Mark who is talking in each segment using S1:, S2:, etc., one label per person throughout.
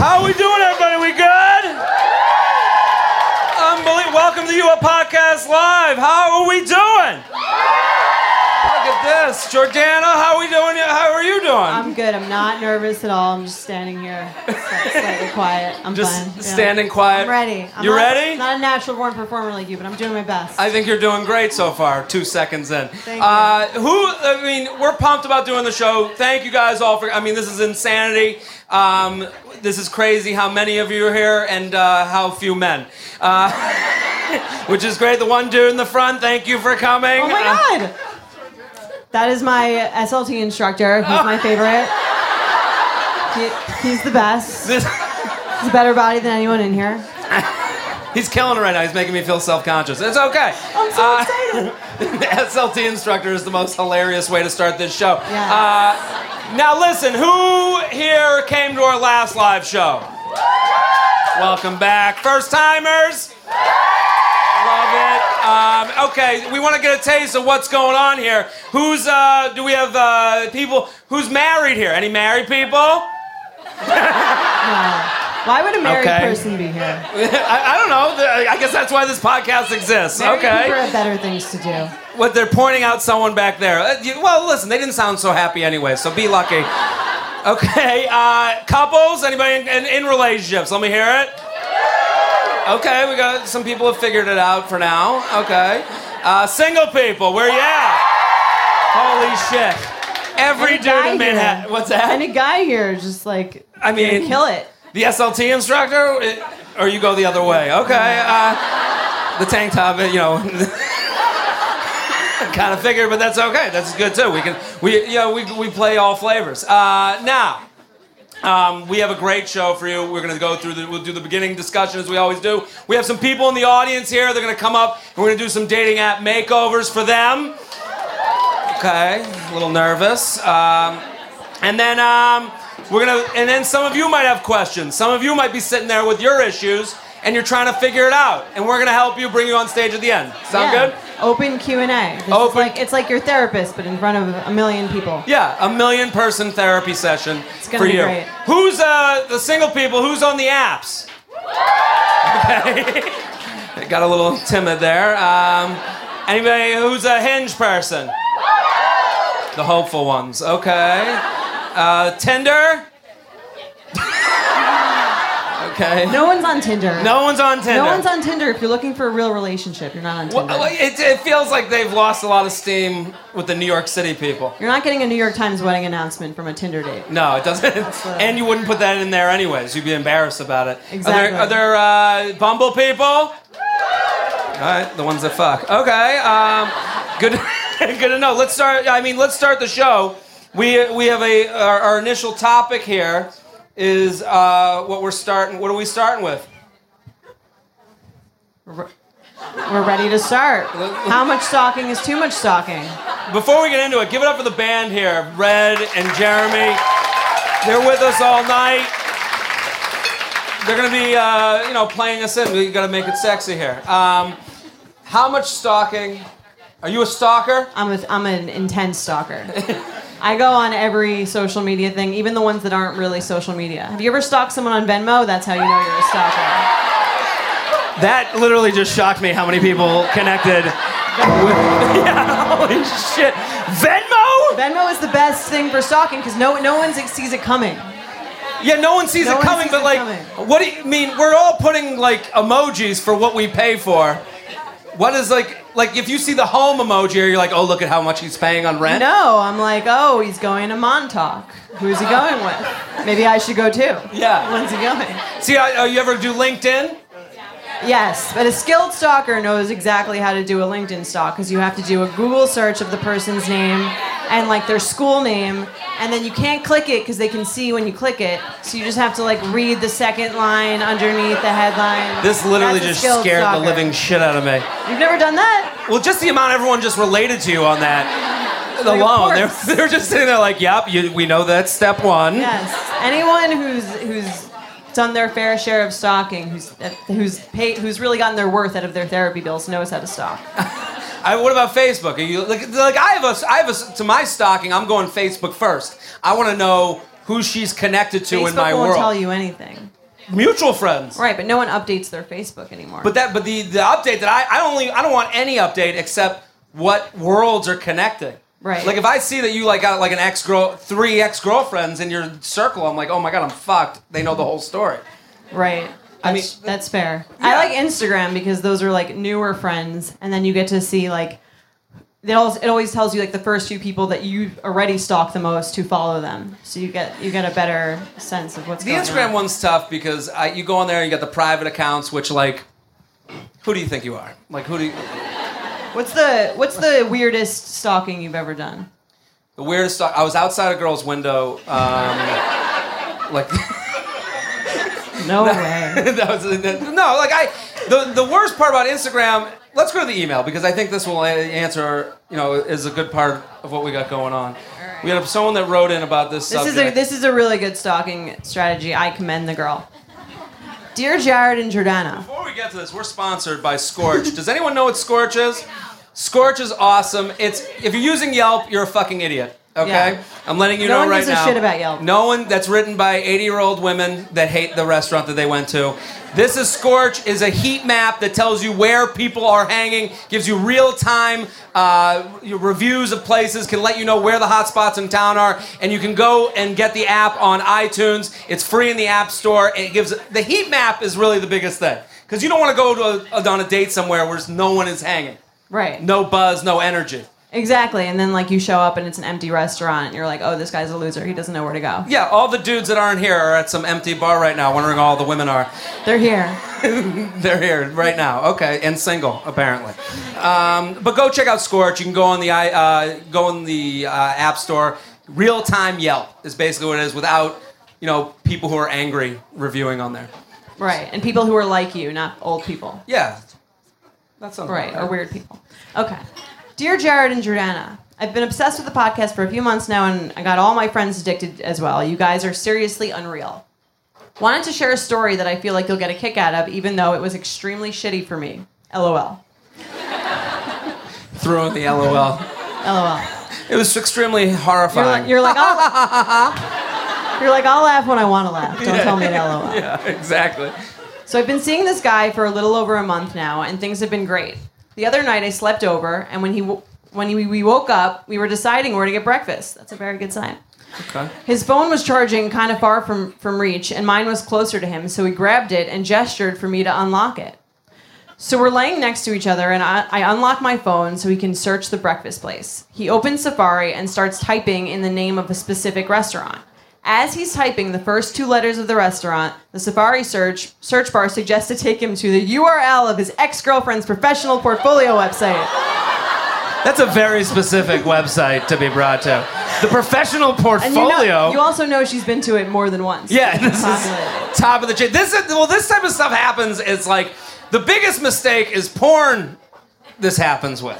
S1: How we doing, everybody? We good? Unbelievable. Welcome to You a Podcast Live. How are we doing? Look at this. Jordana, how are we doing? How are you doing?
S2: I'm good. I'm not nervous at all. I'm just standing here, sli- slightly quiet. I'm
S1: Just
S2: fine. yeah.
S1: standing quiet.
S2: I'm ready. I'm
S1: you
S2: not-
S1: ready?
S2: Not a natural born performer like you, but I'm doing my best.
S1: I think you're doing great so far. Two seconds in.
S2: Thank
S1: uh, who? I mean, we're pumped about doing the show. Thank you guys all for. I mean, this is insanity. Um, this is crazy how many of you are here and uh, how few men. Uh, which is great. The one dude in the front. Thank you for coming. Uh,
S2: oh my god! That is my SLT instructor. He's my favorite. He- he's the best.
S1: This-
S2: He's a better body than anyone in here.
S1: he's killing it right now. He's making me feel self-conscious. It's okay.
S2: I'm so
S1: Uh,
S2: excited.
S1: the SLT instructor is the most hilarious way to start this show.
S2: Yes.
S1: Uh, now, listen, who here came to our last live show? Welcome back. First timers? Love it. Um, okay, we want to get a taste of what's going on here. Who's, uh, do we have uh, people, who's married here? Any married people?
S2: No. Why would a married
S1: Okay.
S2: person be here?
S1: I, I don't know. I guess that's why this podcast exists.
S2: Married
S1: okay.
S2: people have better things to do.
S1: What they're pointing out someone back there. Uh, you- Well, listen, they didn't sound so happy anyway, so be lucky. Okay, uh, couples, anybody in, in, in relationships? Let me hear it. Okay, we got some people have figured it out for now. Okay, uh, single people, where you at? Holy shit! Every
S2: And a guy
S1: dude in
S2: here.
S1: Manhattan. What's
S2: And
S1: that?
S2: a guy here just like
S1: I mean,
S2: kill it.
S1: the SLT instructor, It- or you go the other way. Okay, uh, the tank top, you know, kind of figured, but that's okay. That's good too. We can, we, you know, we, we play all flavors. Uh, now, um, we have a great show for you. We're going to go through the, we'll do the beginning discussion as we always do. We have some people in the audience here. They're going to come up and we're going to do some dating app makeovers for them. Okay, a little nervous. Um, and then um, we're gonna, and then some of you might have questions. Some of you might be sitting there with your issues, and you're trying to figure it out. And we're gonna help you, bring you on stage at the end. Sound
S2: Yeah.
S1: good?
S2: Open Q and A. This is
S1: Open-
S2: like it's like your therapist, but in front of a million people.
S1: Yeah, a million person therapy session
S2: It's gonna
S1: for
S2: be
S1: you.
S2: great.
S1: Who's uh, the single people? Who's on the apps? Okay, got a little timid there. Um, anybody who's a hinge person? The hopeful ones. Okay. Uh, Tinder. okay.
S2: No one's on Tinder.
S1: No one's on Tinder.
S2: No one's on Tinder. If you're looking for a real relationship, you're not on
S1: Well,
S2: Tinder.
S1: it, it feels like they've lost a lot of steam with the New York City people.
S2: you're not getting a New York Times wedding announcement from a Tinder date.
S1: No, it doesn't.
S2: what-
S1: and you wouldn't put that in there anyways. You'd be embarrassed about it.
S2: Exactly.
S1: Are there, are there uh, Bumble people? All right, the ones that fuck. Okay. Um, good. good to know. Let's start. I mean, let's start the show. We we have a our, our initial topic here is uh, what we're starting. What are we starting with?
S2: We're we're ready to start. How much stalking is too much stalking?
S1: Before we get into it, give it up for the band here, Red and Jeremy. They're with us all night. They're gonna be, uh, you know, playing us in. We gotta make it sexy here. Um, how much stalking? Are you a stalker?
S2: I'm a, I'm an intense stalker. I go on every social media thing, even the ones that aren't really social media. Have you ever stalked someone on Venmo? That's how you know you're a stalker.
S1: That literally just shocked me. How many people connected? holy shit! Venmo?
S2: Venmo is the best thing for stalking because no no one sees it coming.
S1: Yeah, no one sees
S2: No
S1: it
S2: one
S1: coming.
S2: sees
S1: but
S2: it
S1: like,
S2: coming.
S1: what do you I mean? We're all putting like emojis for what we pay for. What is like, like if you see the home emoji, you're like, oh, look at how much he's paying on rent.
S2: No, I'm like, oh, he's going to Montauk. Who's he going with? Maybe I should go too.
S1: Yeah.
S2: When's he going?
S1: See, I, uh, you ever do LinkedIn?
S2: Yes, but a skilled stalker knows exactly how to do a LinkedIn stalk because you have to do a Google search of the person's name and like their school name, and then you can't click it because they can see when you click it. So you just have to like read the second line underneath the headline.
S1: This literally
S2: That's a
S1: just
S2: skilled
S1: scared
S2: stalker.
S1: the living shit out of me.
S2: You've never done that?
S1: Well, just the amount everyone just related to you on that
S2: Like, of
S1: alone. They're,
S2: course.
S1: they're just sitting there like, yep, you, we know that's step one.
S2: Yes. Anyone who's who's done their fair share of stalking, who's who's paid, who's really gotten their worth out of their therapy bills, knows how to stalk.
S1: I, what about Facebook? Are you like, like I have a, I have a, to my stocking. I'm going Facebook first. I want to know who she's connected to
S2: Facebook
S1: in my
S2: won't
S1: world.
S2: tell you anything.
S1: Mutual friends.
S2: Right, but no one updates their Facebook anymore.
S1: But that, but the, the update that I, I only, I don't want any update except what worlds are connecting.
S2: Right.
S1: Like if I see that you like got like an ex girl, three ex girlfriends in your circle, I'm like, oh my god, I'm fucked. They know the whole story.
S2: Right.
S1: I
S2: That's,
S1: mean-
S2: that's fair.
S1: Yeah.
S2: I like Instagram because those are like newer friends, and then you get to see like it always, it always tells you like the first few people that you already stalk the most who follow them, so you get you get a better sense of what's
S1: The
S2: going
S1: Instagram
S2: on.
S1: one's tough because I, you go on there and you got the private accounts, which like, who do you think you are? Like who do you,
S2: What's the what's the weirdest stalking you've ever done?
S1: the weirdest? Stuff, I was outside a girl's window, um, like.
S2: No way.
S1: that was that- no like i the, the worst part about instagram let's go to the email because i think this will a- answer you know is a good part of what we got going on we had someone that wrote in about this,
S2: This is
S1: subject
S2: a this is a really good stalking strategy. I commend the girl. Dear Jared and Jordana,
S1: before we get to this we're sponsored by scorch does anyone know what scorch is scorch is awesome it's if you're using yelp you're a fucking idiot okay
S2: Yeah.
S1: i'm letting you
S2: No
S1: know
S2: one
S1: right
S2: gives a
S1: now
S2: shit about Yelp.
S1: no one that's written by 80 year old women that hate the restaurant that they went to this is scorch is a heat map that tells you where people are hanging gives you real time uh, your reviews of places can let you know where the hot spots in town are and you can go and get the app on itunes it's free in the app store and it gives the heat map is really the biggest thing because you don't want to go to a, on a date somewhere where no one is hanging
S2: right?
S1: no buzz no energy
S2: Exactly. And then like you show up and it's an empty restaurant and you're like, oh, this guy's a loser. He doesn't know where to go.
S1: yeah all the dudes that aren't here are at some empty bar right now wondering where all the women are
S2: They're here.
S1: They're here right now. Okay, and single apparently. Um, but go check out Scorch. You can go on the i- uh, go on the uh, App Store. Real time Yelp is basically what it is, without you know people who are angry reviewing on there.
S2: Right. And people who are like you, not old people.
S1: Yeah, that sounds
S2: Right. Or
S1: about
S2: weird people. Okay. Dear Jared and Jordana, I've been obsessed with the podcast for a few months now and I got all my friends addicted as well. You guys are seriously unreal. Wanted to share a story that I feel like you'll get a kick out of, even though it was extremely shitty for me. LOL.
S1: right. Threw in the LOL.
S2: LOL.
S1: It was extremely
S2: You're
S1: horrifying.
S2: like, you're like, I'll, you're like, I'll laugh when I want to laugh. Don't tell me to LOL.
S1: yeah, exactly.
S2: So I've been seeing this guy for a little over a month now, and things have been great. The other night I slept over, and when he w- when he, we woke up, we were deciding where to get breakfast. That's a very good sign.
S1: Okay.
S2: His phone was charging kind of far from, from reach, and mine was closer to him, so he grabbed it and gestured for me to unlock it. So we're laying next to each other, and I, I unlock my phone so he can search the breakfast place. He opens Safari and starts typing in the name of a specific restaurant. As he's typing the first two letters of the restaurant, the Safari search search bar suggests to take him to the URL of his ex-girlfriend's professional portfolio website.
S1: That's a very specific website to be brought to. The professional
S2: And
S1: portfolio.
S2: you, know, you also know she's been to it more than once.
S1: Yeah,
S2: It's
S1: this
S2: popular.
S1: is top of the chain. This is well, this type of stuff happens. It's like the biggest mistake is porn. This happens with.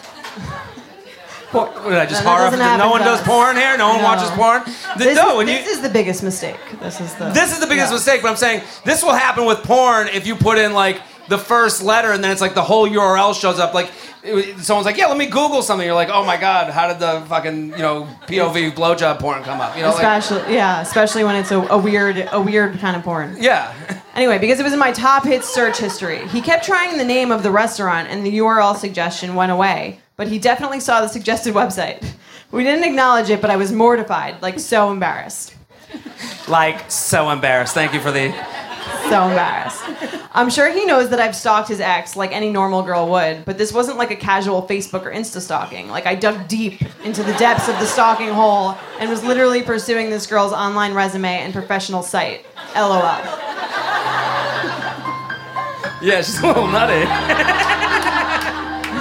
S1: What did I just
S2: No, that
S1: horror?
S2: doesn't happen
S1: No one
S2: to
S1: does
S2: us.
S1: porn here. No one
S2: No.
S1: watches porn. The-
S2: This,
S1: no,
S2: is,
S1: when
S2: this
S1: you.
S2: is the biggest mistake. This is the
S1: This is the biggest
S2: yeah.
S1: mistake, but I'm saying this will happen with porn if you put in like the first letter and then it's like the whole URL shows up. Like it- someone's like, "Yeah, let me Google something." You're like, "Oh my god, how did the fucking you know POV blowjob porn come up?" You know, like
S2: Especially, yeah, especially when it's a, a weird, a weird kind of porn.
S1: yeah.
S2: Anyway, because it was in my top hits search history, he kept trying the name of the restaurant, and the URL suggestion went away. But he definitely saw the suggested website. We didn't acknowledge it, but I was mortified, like so embarrassed.
S1: like so embarrassed. Thank you for the
S2: so embarrassed. I'm sure he knows that I've stalked his ex like any normal girl would, but this wasn't like a casual Facebook or Insta stalking. Like I dug deep into the depths of the stalking hole and was literally pursuing this girl's online resume and professional site. LOL.
S1: Yeah, she's a little nutty.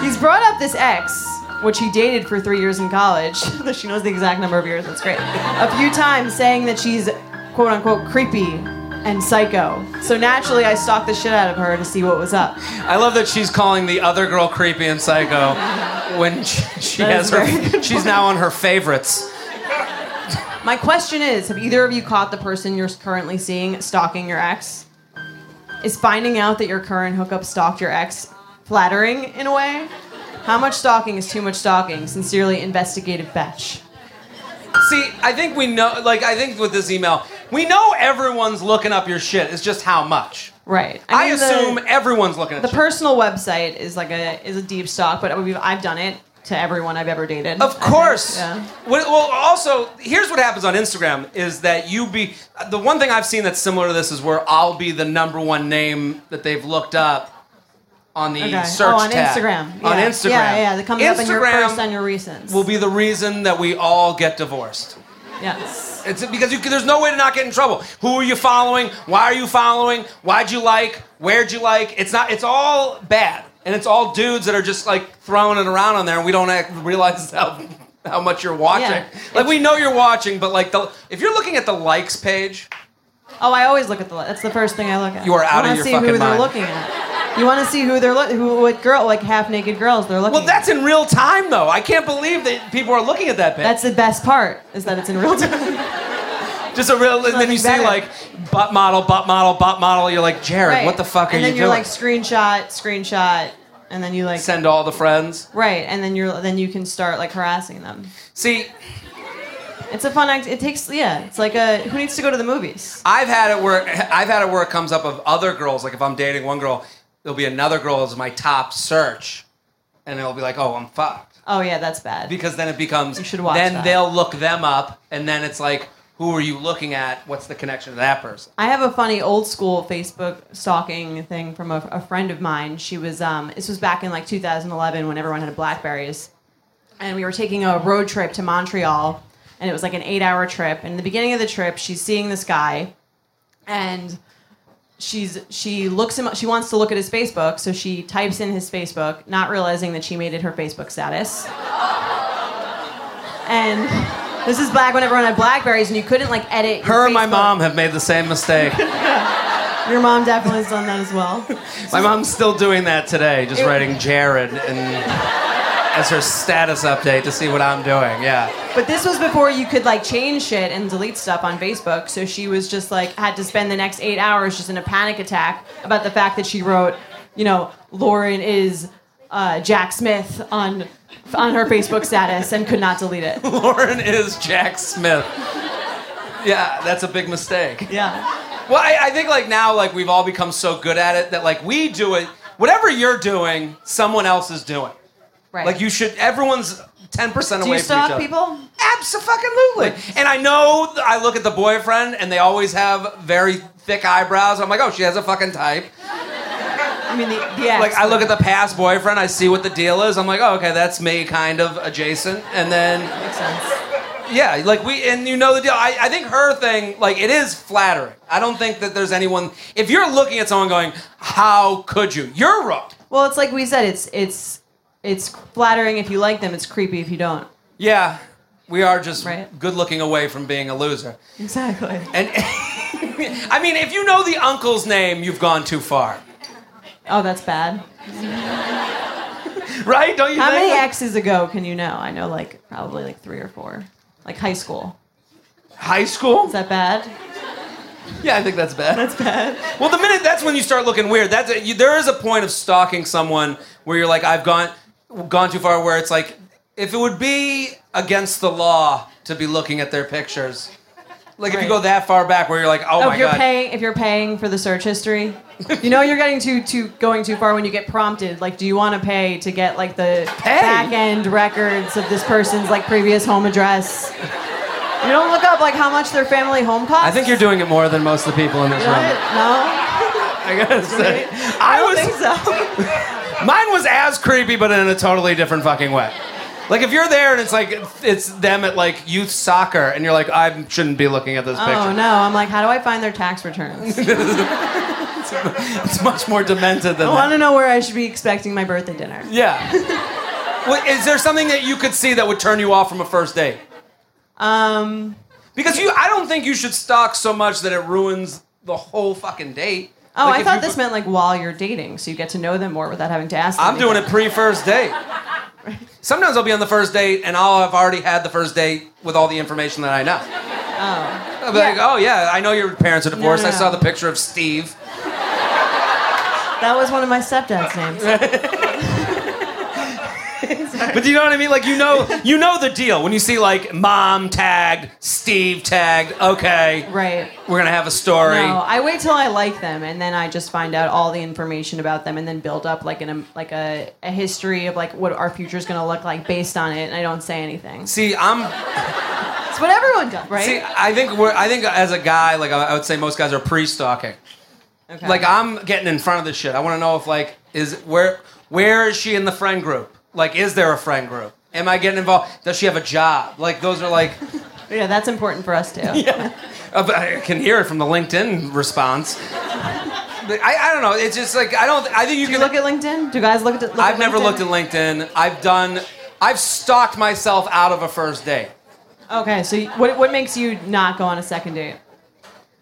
S2: He's brought up this ex, which he dated for three years in college. she knows the exact number of years. That's great. A few times, saying that she's quote unquote creepy and psycho. So naturally, I stalked the shit out of her to see what was up.
S1: I love that she's calling the other girl creepy and psycho when she, she
S2: That
S1: has
S2: is
S1: her.
S2: very good
S1: She's now on her favorites.
S2: My question is: Have either of you caught the person you're currently seeing stalking your ex? Is finding out that your current hookup stalked your ex flattering in a way? How much stalking is too much stalking? Sincerely, investigative betch.
S1: See, I think we know. Like, I think with this email, we know everyone's looking up your shit. It's just how much.
S2: Right.
S1: I,
S2: mean, the-
S1: assume everyone's looking at
S2: The
S1: shit.
S2: personal website is like a is a deep stock, but we've, I've done it to everyone I've ever dated. I
S1: Of
S2: think,
S1: course.
S2: yeah.
S1: Well, well, also, here's what happens on Instagram is that you be the one thing I've seen that's similar to this is where I'll be the number one name that they've looked up on the
S2: Okay.
S1: search
S2: oh, on
S1: tab.
S2: Instagram.
S1: On
S2: yeah.
S1: Instagram.
S2: Yeah, yeah. That comes up in your
S1: Instagram
S2: first on your recents.
S1: will be the reason that we all get divorced.
S2: yes.
S1: It's because you, there's no way to not get in trouble. Who are you following? Why are you following? Why'd you like? Where'd you like? It's not. It's all bad, and it's all dudes that are just like throwing it around on there, and we don't act, realize how how much you're watching.
S2: Yeah.
S1: Like we know you're watching, but like the if you're looking at the likes page,
S2: Oh, I always look at the. li- That's the first thing I look at.
S1: You are out
S2: I
S1: of
S2: wanna
S1: your
S2: see
S1: fucking
S2: who
S1: mind.
S2: they're looking at. You want to see who they're look who what girl like half naked girls they're looking.
S1: well,
S2: at.
S1: that's in real time though. I can't believe that people are looking at that page.
S2: that's the best part is that it's in real time.
S1: just a real. And then
S2: nothing
S1: you see
S2: better.
S1: like butt model, butt model, butt model. You're like Jared,
S2: Right.
S1: what the fuck are
S2: and
S1: you doing?
S2: then you're like screenshot, screenshot, and then you like
S1: Send all the friends.
S2: right, and then you're then you can start like harassing them.
S1: See,
S2: It's a fun act. It takes yeah. It's like a who needs to go to the movies?
S1: I've had it where I've had it where it comes up of other girls. Like if I'm dating one girl, there'll be another girl as my top search, and it'll be like, oh, I'm fucked,
S2: Oh yeah, that's bad.
S1: because then it becomes.
S2: You should watch
S1: Then
S2: that.
S1: they'll look them up, and then it's like, who are you looking at? What's the connection to that person?
S2: I have a funny old school Facebook stalking thing from a, a friend of mine. She was um, this was back in like 2011 when everyone had Blackberries, and we were taking a road trip to Montreal, and it was like an eight-hour trip. And in the beginning of the trip, she's seeing this guy, and she's she looks him she wants to look at his Facebook, so she types in his Facebook, not realizing that she made it her Facebook status. and this is back when everyone had Blackberries and you couldn't like edit. your
S1: Her and my
S2: Facebook.
S1: mom have made the same mistake.
S2: Your mom definitely has done that as well.
S1: my mom's still doing that today, just
S2: It-
S1: writing Jared and as her status update to see what I'm doing. Yeah.
S2: But this was before you could like change shit and delete stuff on Facebook. So she was just like had to spend the next eight hours just in a panic attack about the fact that she wrote, you know, Lauren is uh, Jack Smith on on her Facebook status and could not delete it.
S1: Lauren is Jack Smith. Yeah, that's a big mistake.
S2: Yeah.
S1: Well, I, I think like now, like we've all become so good at it that like we do it. Whatever you're doing, someone else is doing.
S2: Right.
S1: Like you should. Everyone's ten percent
S2: Do
S1: away
S2: you
S1: from each
S2: stalk
S1: other.
S2: people?
S1: Absolutely. And I know th- I look at the boyfriend, and they always have very thick eyebrows. I'm like, oh, she has a fucking type.
S2: I mean the, the ex.
S1: Like I look at the past boyfriend, I see what the deal is. I'm like, oh, okay, that's me, kind of adjacent. And then
S2: makes sense.
S1: yeah, like we and you know the deal. I, I think her thing, like it is flattering. I don't think that there's anyone if you're looking at someone going, How could you? You're wrong.
S2: Well, it's like we said, it's it's it's flattering if you like them, it's creepy if you don't.
S1: Yeah. We are just
S2: Right.
S1: good looking away from being a loser.
S2: Exactly.
S1: And I mean, if you know the uncle's name, you've gone too far.
S2: Oh, that's bad.
S1: Right? Don't you
S2: How
S1: think?
S2: many exes ago can you know? I know like probably like three or four. Like high school.
S1: High school?
S2: Is that bad?
S1: Yeah, I think that's bad. That's bad. Well, the minute that's when you start looking weird. That's you, there is a point of stalking someone where you're like, I've gone gone too far. Where it's like, if it would be against the law to be looking at their pictures, like if you
S2: Right.
S1: go that far back, where you're like, oh,
S2: Oh,
S1: my
S2: if you're
S1: god,
S2: paying if you're paying for the search history. You know you're getting too too going too far when you get prompted. Like, do you want to pay to get like the
S1: Pay?
S2: back end records of this person's like previous home address? You don't look up like how much their family home costs?
S1: I think you're doing it more than most of the people in this
S2: What?
S1: room.
S2: No?
S1: I gotta say,
S2: I
S1: I
S2: don't
S1: was
S2: think so.
S1: Mine was as creepy, but in a totally different fucking way. Like if you're there and it's like it's them at like youth soccer, and you're like, I shouldn't be looking at this picture.
S2: Oh no, I'm like, how do I find their tax returns?
S1: it's, it's much more demented than
S2: Oh, I want
S1: that.
S2: to know where I should be expecting my birthday dinner.
S1: Yeah. Well, is there something that you could see that would turn you off from a first date?
S2: Um,
S1: Because you, I don't think you should stalk so much that it ruins the whole fucking date.
S2: oh,
S1: Like,
S2: I
S1: if
S2: thought
S1: you
S2: this
S1: put-
S2: meant like while you're dating, so you get to know them more without having to ask. Them
S1: I'm doing it pre first date. Sometimes I'll be on the first date and I'll have already had the first date with all the information that I know. Oh. I'll be like,
S2: Yeah.
S1: oh yeah, I know your parents are divorced.
S2: no,
S1: I saw
S2: no.
S1: the picture of Steve.
S2: That was one of my stepdad's names.
S1: But do you know what I mean? Like you know, you know the deal when you see like mom tagged, Steve tagged. Okay,
S2: right.
S1: we're gonna have a story.
S2: No, I wait till I like them, and then I just find out all the information about them, and then build up like an like a, a history of like what our future's gonna look like based on it. And I don't say anything.
S1: See, I'm
S2: It's what everyone does, right?
S1: See, I think we're. I think as a guy, like I I would say, most guys are pre-stalking.
S2: Okay.
S1: Like I'm getting in front of this shit. I want to know if like is where where is she in the friend group? Like, is there a friend group? Am I getting involved? Does she have a job? Like those are like.
S2: yeah, that's important for us too.
S1: Uh, but I can hear it from the LinkedIn response. But I, I don't know. It's just like I don't. I think you
S2: Do you
S1: can
S2: look at LinkedIn? Do guys look at? Look
S1: I've never looked at LinkedIn. I've done. I've stalked myself out of a first date.
S2: Okay, so you- what what makes you not go on a second date?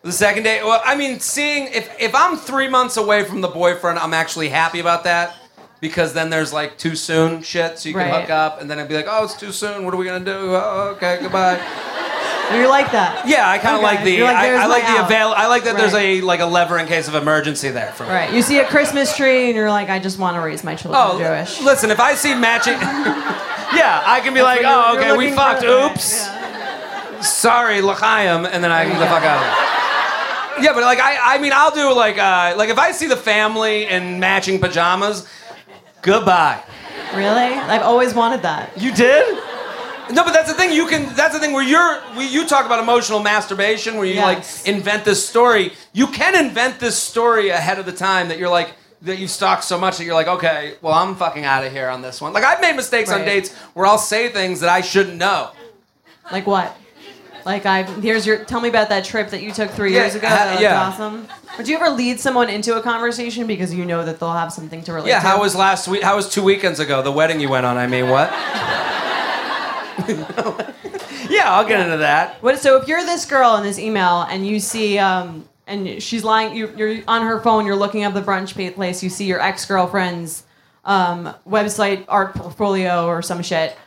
S1: The second day, well, I mean, seeing if if I'm three months away from the boyfriend, I'm actually happy about that because then there's like too soon shit, so you can
S2: Right.
S1: hook up, and then it'd be like, oh, it's too soon. What are we gonna do? Oh, okay, goodbye.
S2: You're like that.
S1: Yeah, I kind of
S2: Okay.
S1: like the
S2: You're like,
S1: I,
S2: "There's
S1: I like
S2: my
S1: the
S2: out."
S1: avail. I like that there's
S2: Right.
S1: a like a lever in case of emergency there for me.
S2: Right. You see a Christmas tree and you're like, I just want to raise my children
S1: Oh,
S2: Jewish.
S1: listen, if I see matching, yeah, I can be like,
S2: You're-
S1: oh,
S2: you're
S1: okay, we
S2: looking for-
S1: fucked. Oops.
S2: Yeah.
S1: sorry, L'chaim, and then I can the fuck out of it. Yeah, but like I, I mean, I'll do like, uh, like if I see the family in matching pajamas, goodbye.
S2: Really? I've always wanted that.
S1: You did? No, but that's the thing. You can. That's the thing where you're. We, you talk about emotional masturbation, where you
S2: Yes.
S1: like invent this story. You can invent this story ahead of the time that you're like that you've stalked so much that you're like, okay, well, I'm fucking out of here on this one. Like I've made mistakes on
S2: Right.
S1: dates where I'll say things that I shouldn't know.
S2: Like what? Like I here's your tell me about that trip that you took three
S1: Yeah,
S2: years ago.
S1: uh,
S2: that looked
S1: yeah.
S2: awesome. Would you ever lead someone into a conversation because you know that they'll have something to relate
S1: Yeah,
S2: to?
S1: how was last week? How was two weekends ago? The wedding you went on? I mean, what? yeah, I'll get into that.
S2: What, so if you're this girl in this email and you see, um, and she's lying, you, you're on her phone, you're looking up the brunch pa- place, you see your ex girlfriend's um, website art portfolio or some shit.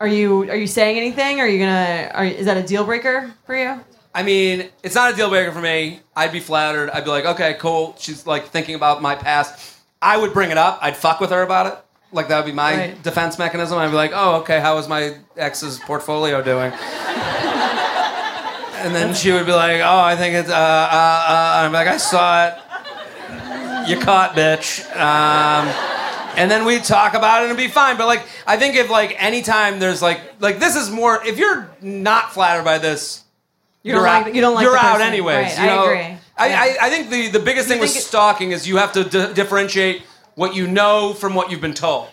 S2: Are you are you saying anything? Are you gonna? Are, is that a deal breaker for you?
S1: I mean, it's not a deal breaker for me. I'd be flattered. I'd be like, okay, cool. She's like thinking about my past. I would bring it up. I'd fuck with her about it. Like that would be my
S2: Right.
S1: defense mechanism. I'd be like, oh, okay, how is my ex's portfolio doing? and then she would be like, oh, I think it's. Uh, uh, uh. I'm like, I saw it. You caught, bitch. Um, and then we talk about it and it'd be fine. But like, I think if like anytime there's like like this is more if you're not flattered by this,
S2: You don't like- you don't like
S1: you're
S2: the
S1: out
S2: person.
S1: anyways.
S2: Right,
S1: you
S2: I
S1: know?
S2: agree.
S1: I,
S2: Yeah.
S1: I, I think the the biggest thing with
S2: think it-
S1: stalking is you have to di- differentiate what you know from what you've been told.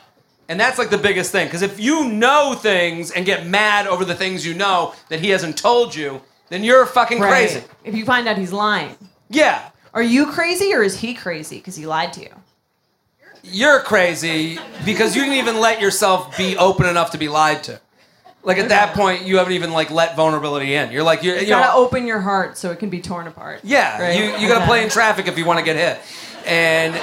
S1: And that's like the biggest thing because if you know things and get mad over the things you know that he hasn't told you, then you're fucking crazy.
S2: Right. If you find out he's lying,
S1: Yeah.
S2: are you crazy or is he crazy because he lied to you?
S1: you're crazy because you didn't even let yourself be open enough to be lied to. Like at that point, you haven't even like let vulnerability in. You're like you're, you
S2: You gotta
S1: know,
S2: open your heart so it can be torn apart.
S1: yeah.
S2: Right?
S1: You you gotta
S2: Okay.
S1: play in traffic if you want to get hit. And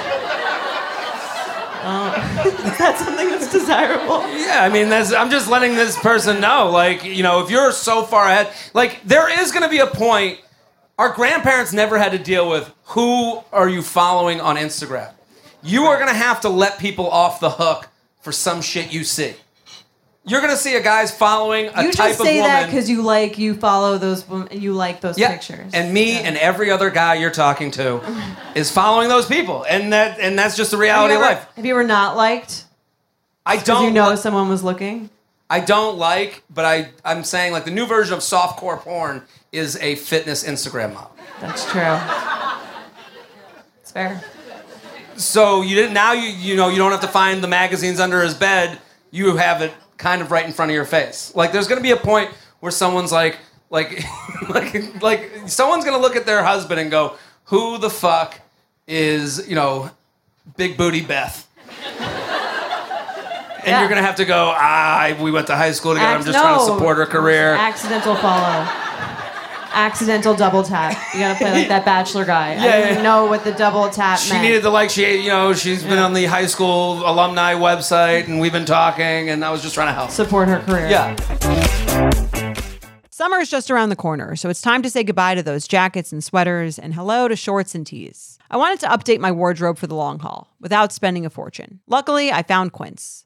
S2: That's something that's desirable.
S1: yeah, I mean, that's I'm just letting this person know, like you know, if you're so far ahead, like there is gonna be a point. Our grandparents never had to deal with who are you following on Instagram. You are gonna have to let people off the hook for some shit you see. You're gonna see a guy's following a
S2: you
S1: type
S2: just
S1: of
S2: say
S1: woman.
S2: that because you like you follow those wom- and you like those
S1: yeah.
S2: pictures
S1: And me
S2: Yeah.
S1: and every other guy you're talking to is following those people. And that and that's just the reality
S2: have you,
S1: of
S2: ever,
S1: life.
S2: have you ever not liked
S1: I
S2: because
S1: don't
S2: you know
S1: li-
S2: someone was looking
S1: I don't like, but I I'm saying like the new version of softcore porn is a fitness Instagram model.
S2: that's true it's fair
S1: So you didn't now you you know you don't have to find the magazines under his bed. You have it kind of right in front of your face. Like there's gonna be a point where someone's like like like like someone's gonna look at their husband and go, Who the fuck is, you know, Big Booty Beth. and
S2: Yeah.
S1: you're going to have to go, ah, we went to high school together. I'm
S2: Acc-
S1: just trying to
S2: no.
S1: support her career.
S2: Accidental follow. Accidental double tap. You gotta play like that bachelor guy. I
S1: Yeah,
S2: didn't
S1: yeah.
S2: know what the double tap
S1: she
S2: meant.
S1: needed to like she you know she's been on the high school alumni website and we've been talking and i was just trying to help
S2: support her career.
S1: yeah
S3: Summer is just around the corner, so it's time to say goodbye to those jackets and sweaters and hello to shorts and tees. I wanted to update my wardrobe for the long haul without spending a fortune. Luckily, I found Quince.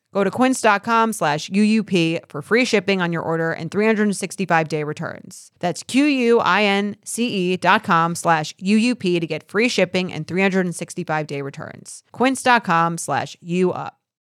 S3: Go to quince.com slash UUP for free shipping on your order and 365 day returns. That's Q-U-I-N-C-E E dot com slash UUP to get free shipping and 365 day returns. Quince.com slash UUP.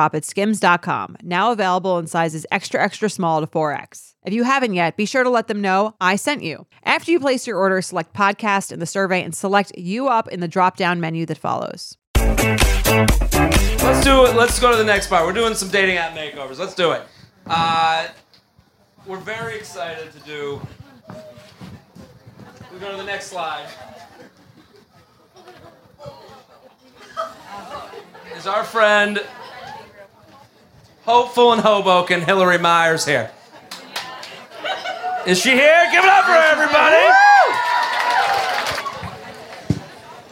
S3: at skims.com, now available in sizes extra, extra small to 4X. If you haven't yet, be sure to let them know I sent you. After you place your order, select podcast in the survey and select you up in the drop down menu that follows.
S1: let's do it let's go to the next part we're doing some dating app makeovers let's do it uh, we're very excited to do we go to the next slide is our friend hopeful in hoboken hillary myers here is she here give it up for her, everybody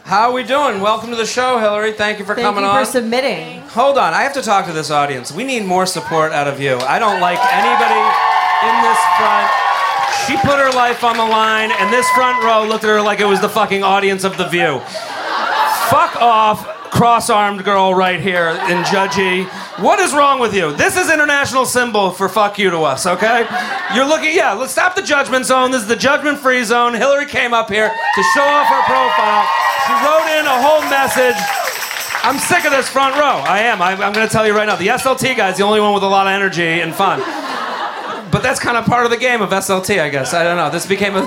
S1: how are we doing welcome to the show hillary thank you for
S2: Thank
S1: coming
S2: you
S1: on
S2: for submitting.
S1: Hold on, I have to talk to this audience. We need more support out of you. I don't like anybody in this front. She put her life on the line, and this front row looked at her like it was the fucking audience of The View. Fuck off, cross armed girl right here in Judgy. What is wrong with you? This is international symbol for fuck you to us, okay? You're looking, yeah, let's stop the judgment zone. This is the judgment free zone. Hillary came up here to show off her profile. She wrote in a whole message. I'm sick of this front row. I am. I, I'm going to tell you right now. The SLT guy's the only one with a lot of energy and fun. But that's kind of part of the game of SLT, I guess. I don't know. This became a.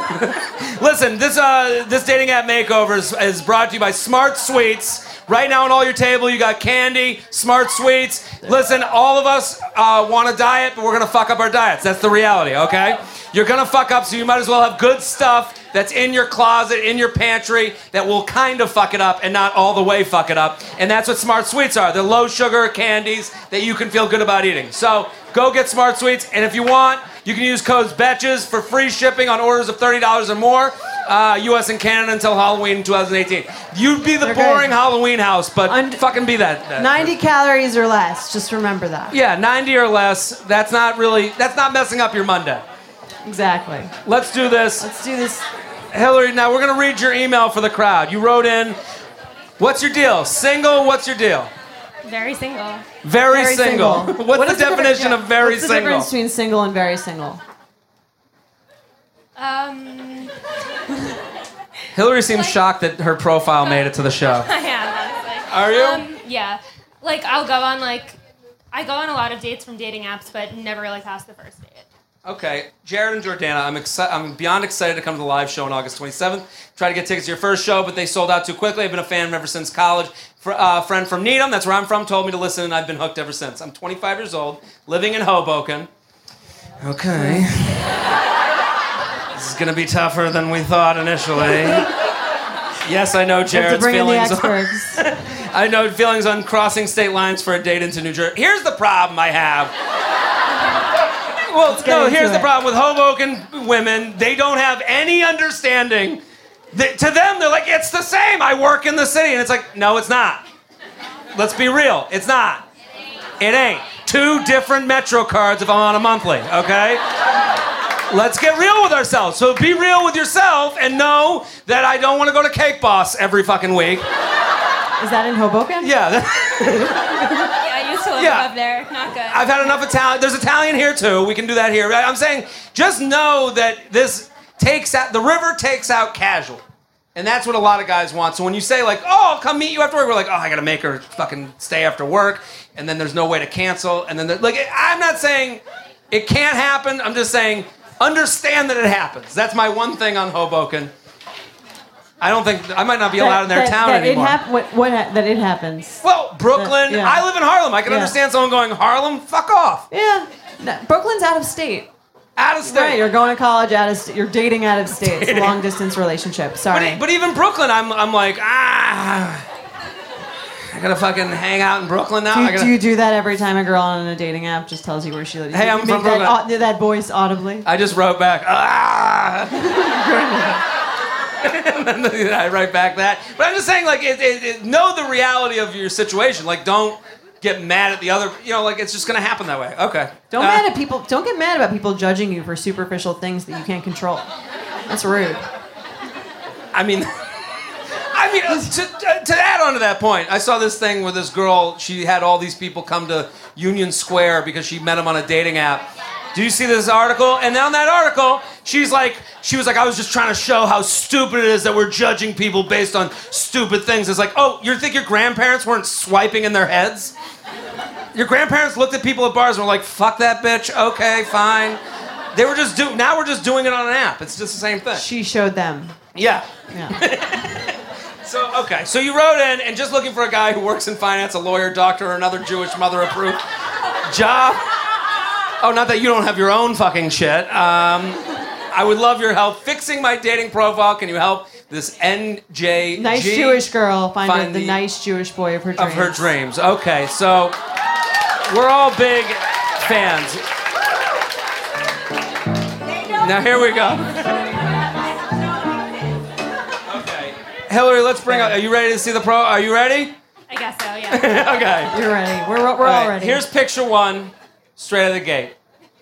S1: Listen, this uh, this dating app makeover is, is brought to you by Smart Sweets. Right now on all your table, you got candy, Smart Sweets. Listen, all of us uh, want a diet, but we're gonna fuck up our diets. That's the reality, okay? You're gonna fuck up, so you might as well have good stuff that's in your closet, in your pantry, that will kind of fuck it up and not all the way fuck it up. And that's what Smart Sweets are. They're low sugar candies that you can feel good about eating. So go get Smart Sweets, and if you want, you can use codes BETCHES for free shipping on orders of $30 or more, uh, US and Canada until Halloween 2018. You'd be the
S2: They're good.
S1: boring Halloween house, but
S2: Und-
S1: fucking be that. that-
S2: 90 calories or less. Just remember that.
S1: Yeah, 90 or less. That's not really, that's not messing up your Monday.
S2: Exactly.
S1: Let's do this.
S2: Let's do this.
S1: Hillary, now we're going to read your email for the crowd. You wrote in, what's your deal? Single, what's your deal?
S4: Very single.
S1: Very,
S2: Very
S1: single.
S2: single.
S1: What's
S2: What
S1: the
S2: is the difference-
S1: definition
S2: yeah,
S1: of very
S2: What's the
S1: single?
S2: difference between single and very single?
S4: Um,
S1: Hillary seems shocked that her profile made it to the show.
S4: I am,
S1: Are you?
S4: honestly. Um, yeah. Like, I'll go on, like, I go on a lot of dates from dating apps, but never, like, past the first date.
S1: Okay, Jared and Jordana, I'm excited. I'm beyond excited to come to the live show on August 27th. Try to get tickets to your first show, but they sold out too quickly. I've been a fan ever since college. Fr- uh, friend from Needham, that's where I'm from, told me to listen, and I've been hooked ever since. I'm 25 years old, living in Hoboken. Okay. this is gonna be tougher than we thought initially. Yes, I know
S2: To
S1: Jared's
S2: bring in the
S1: feelings. on-
S2: experts.
S1: I know feelings on crossing state lines for a date into New Jersey. Here's the problem I have. Well, no,
S2: into
S1: here's the
S2: it.
S1: problem with Hoboken women. They don't have any understanding. Th- to them, they're like, it's the same. I work in the city. And it's like, no, it's not. Let's be real. It's not. It ain't. Two different Metro cards if I'm on a monthly, okay? Let's get real with ourselves. So be real with yourself and know that I don't want to go to Cake Boss every fucking week.
S2: Is that in Hoboken?
S1: Yeah. that-
S4: Yeah, I used to live
S1: Yeah.
S4: up there. Not good.
S1: I've had enough Italian. There's Italian here too. We can do that here. I- I'm saying just know that this takes out the river takes out casual, and that's what a lot of guys want. So when you say like, "Oh, I'll come meet you after work," we're like, "Oh, I gotta make her fucking stay after work," and then there's no way to cancel, and then the- like I'm not saying it can't happen. I'm just saying understand that it happens. That's my one thing on Hoboken. I don't think I might not be allowed in their
S2: that,
S1: town
S2: that
S1: anymore.
S2: It hap- what, what ha- that it happens.
S1: well, Brooklyn.
S2: That- yeah.
S1: I live in Harlem. I can
S2: Yeah.
S1: understand someone going Harlem. Fuck off.
S2: Yeah. No, Brooklyn's out of state.
S1: Out of state.
S2: Right. You're going to college out of st- you're dating out of state. It's a long distance relationship.
S1: But, e,
S2: Sorry.
S1: but even Brooklyn, I'm, I'm like, ah. I gotta fucking hang out in Brooklyn now.
S2: do,
S1: I
S2: you,
S1: gotta,
S2: do you do that every time a girl on a dating app just tells you where she lives?
S1: Hey,
S2: you
S1: I'm
S2: make
S1: from
S2: that,
S1: Brooklyn.
S2: au- do that voice audibly.
S1: I just wrote back, ah. And then I write back that. But I'm just saying, like, it, it, it, know the reality of your situation. Like, don't get mad at the other. You know, like, it's just gonna happen that way. Okay.
S2: Don't
S1: Uh,
S2: mad at people. Don't get mad about people judging you for superficial things that you can't control. That's rude.
S1: I mean, I mean, uh, to, to add on to that point, I saw this thing where this girl, she had all these people come to Union Square because she met them on a dating app. Do you see this article? And on that article, she's like, she was like, I was just trying to show how stupid it is that we're judging people based on stupid things. It's like, oh, you think your grandparents weren't swiping in their heads? Your grandparents looked at people at bars and were like, fuck that bitch, okay, fine. They were just do now we're just doing it on an app. It's just the same thing.
S2: She showed them.
S1: yeah.
S2: Yeah.
S1: So okay, so you wrote in and just looking for a guy who works in finance, a lawyer, doctor, or another Jewish mother approved job. Oh, not that you don't have your own fucking shit. Um, I would love your help fixing my dating profile. Can you help this NJ
S2: Nice Jewish girl find,
S1: Find
S2: the,
S1: the-
S2: nice Jewish boy of her
S1: of
S2: dreams.
S1: her dreams? Okay, so we're all big fans. Now here we go. Okay, Hillary, let's bring up. Are you ready to see the pro? Are you ready?
S4: I guess so, yeah.
S1: okay.
S2: You're ready. We're, we're all
S1: All right,
S2: ready.
S1: Here's picture one, straight out of the gate.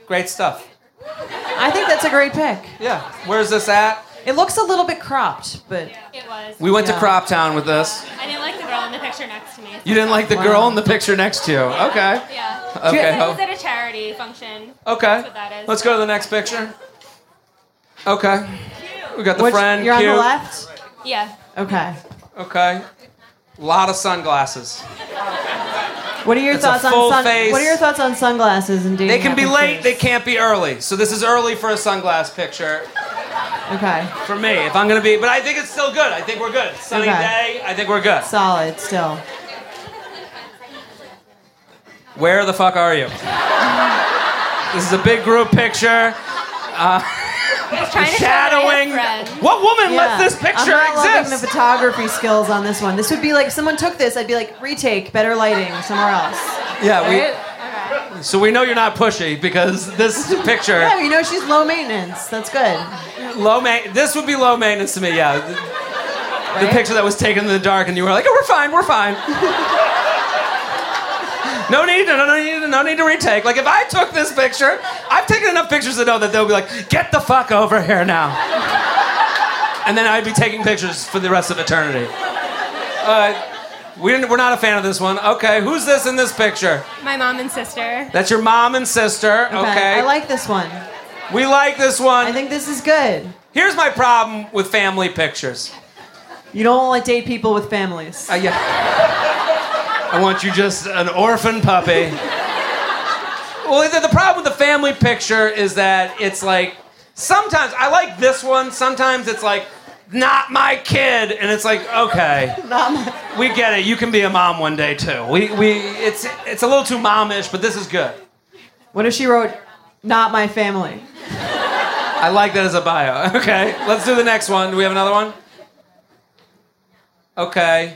S1: Great stuff.
S2: I think that's a great pick.
S1: Yeah. Where's this at?
S2: It looks a little bit cropped, but
S4: It was.
S1: We went to
S2: Yeah.
S1: Crop Town with this.
S4: I didn't like the girl in the picture next to me.
S1: You didn't like the girl in the picture next to you. Okay.
S4: Yeah.
S1: Okay. Oh.
S4: I was
S1: ho-
S4: at a charity function.
S1: Okay.
S4: what that is.
S1: Let's go to the next picture. Okay. We got the
S2: Which-
S1: friend.
S2: you're on
S1: cute.
S2: the left.
S4: Yeah.
S2: Okay.
S1: Okay. A lot of sunglasses.
S2: What are your
S1: a
S2: thoughts on
S1: full
S2: sun-
S1: face.
S2: What are your thoughts on sunglasses and dating?
S1: They can be
S2: app
S1: late, they
S2: pictures?
S1: can't be early. So this is early for a sunglass picture.
S2: Okay.
S1: For me, if I'm gonna be, but I think it's still good. I think we're good. It's sunny
S2: Okay.
S1: day. I think we're good.
S2: Solid still.
S1: Where the fuck are you? this is a big group picture.
S4: I was trying to
S1: Shadowing.
S4: Show my friend.
S1: What woman
S2: Yeah.
S1: lets this picture
S2: I'm not loving the
S1: exist?
S2: photography skills on this one. This would be like if someone took this. I'd be like retake, better lighting somewhere else. Right?
S1: yeah, we, so we know you're not pushy because this picture,
S2: Yeah, you know she's low maintenance. That's good.
S1: low ma- This would be low maintenance to me. Yeah, the, the
S2: right?
S1: picture that was taken in the dark, and you were like, oh, "We're fine, we're fine." No need, no, no need, no need to retake. Like if I took this picture, I've taken enough pictures to know that they'll be like, "Get the fuck over here now," and then I'd be taking pictures for the rest of eternity. Uh, We didn't, we're not a fan of this one. Okay, who's this in this picture?
S4: My mom and sister.
S1: That's your mom and sister. Okay.
S2: I like this one.
S1: we like this one.
S2: I think this is good.
S1: Here's my problem with family pictures.
S2: You don't like date people with families.
S1: Uh, yeah. I want you just an orphan puppy. well, the, the problem with the family picture is that it's like sometimes I like this one, sometimes it's like not my kid, and it's like okay,
S2: Not my-
S1: we get it. You can be a mom one day too. We we it's it's a little too momish, but this is good.
S2: what if she wrote, "Not my family"?
S1: I like that as a bio. Okay, let's do the next one. Do we have another one? Okay.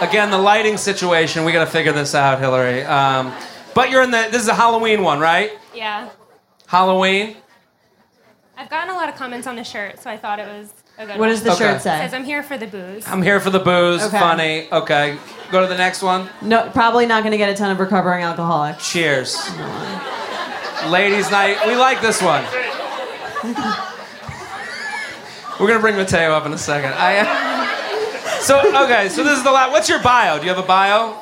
S1: Again, the lighting situation. We got to figure this out, Hillary. Um, but you're in the. This is a Halloween one, right?
S4: Yeah.
S1: Halloween.
S4: I've gotten a lot of comments on the shirt, so I thought it was a good
S2: What
S4: one.
S2: does the
S1: Okay.
S2: shirt say?
S4: Says I'm here for the booze.
S1: I'm here for the booze.
S2: Okay.
S1: Funny. Okay. Go to the next one.
S2: No, probably not going to get a ton of recovering alcoholics.
S1: Cheers. Ladies' night. We like this one. We're gonna bring Mateo up in a second. I. So okay. So this is the last. What's your bio? Do you have a bio?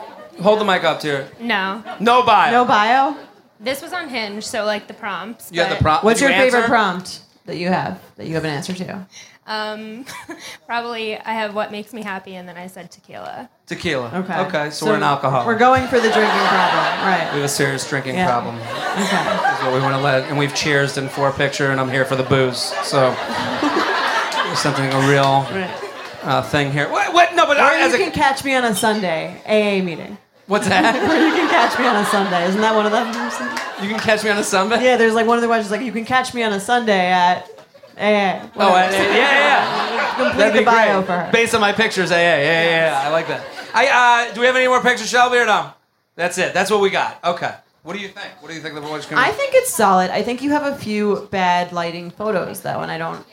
S1: Hold the mic up to her.
S4: No.
S1: No bio.
S2: No bio.
S4: This was on Hinge, so like the prompts.
S1: You had the
S4: but,
S1: prompt.
S2: What's
S1: Did
S2: your
S1: you
S2: favorite
S1: answer?
S2: prompt that you have that you have an answer to?
S4: Um, probably I have what makes me happy, and then I said tequila.
S1: Tequila.
S2: Okay.
S1: Okay. So, we're an alcoholic.
S2: We're going for the drinking problem,
S1: we
S2: right?
S1: have a serious drinking
S2: Yeah.
S1: problem.
S2: Okay.
S1: That's what we want to let. And we've cheersed in four picture, and I'm here for the booze. So there's something a real uh, thing here. What? what? No, but
S2: Or
S1: I, as
S2: you
S1: a,
S2: can catch me on a Sunday AA meeting.
S1: what's that?
S2: Or you can catch me on a Sunday. Isn't that one of them?
S1: You can catch me on a Sunday.
S2: Yeah, there's like one of the questions like you can catch me on a Sunday at AA.
S1: Oh, I- yeah, yeah, yeah.
S2: Complete
S1: That'd
S2: the
S1: be
S2: bio
S1: great.
S2: for her.
S1: Based on my pictures, yeah, yeah, yeah, yeah, yeah. I like that. I uh, do we have any more pictures, Shelby, or no? That's it. That's what we got. Okay. What do you think? What do you think the voice can
S2: I think it's solid. I think you have a few bad lighting photos though, and I don't.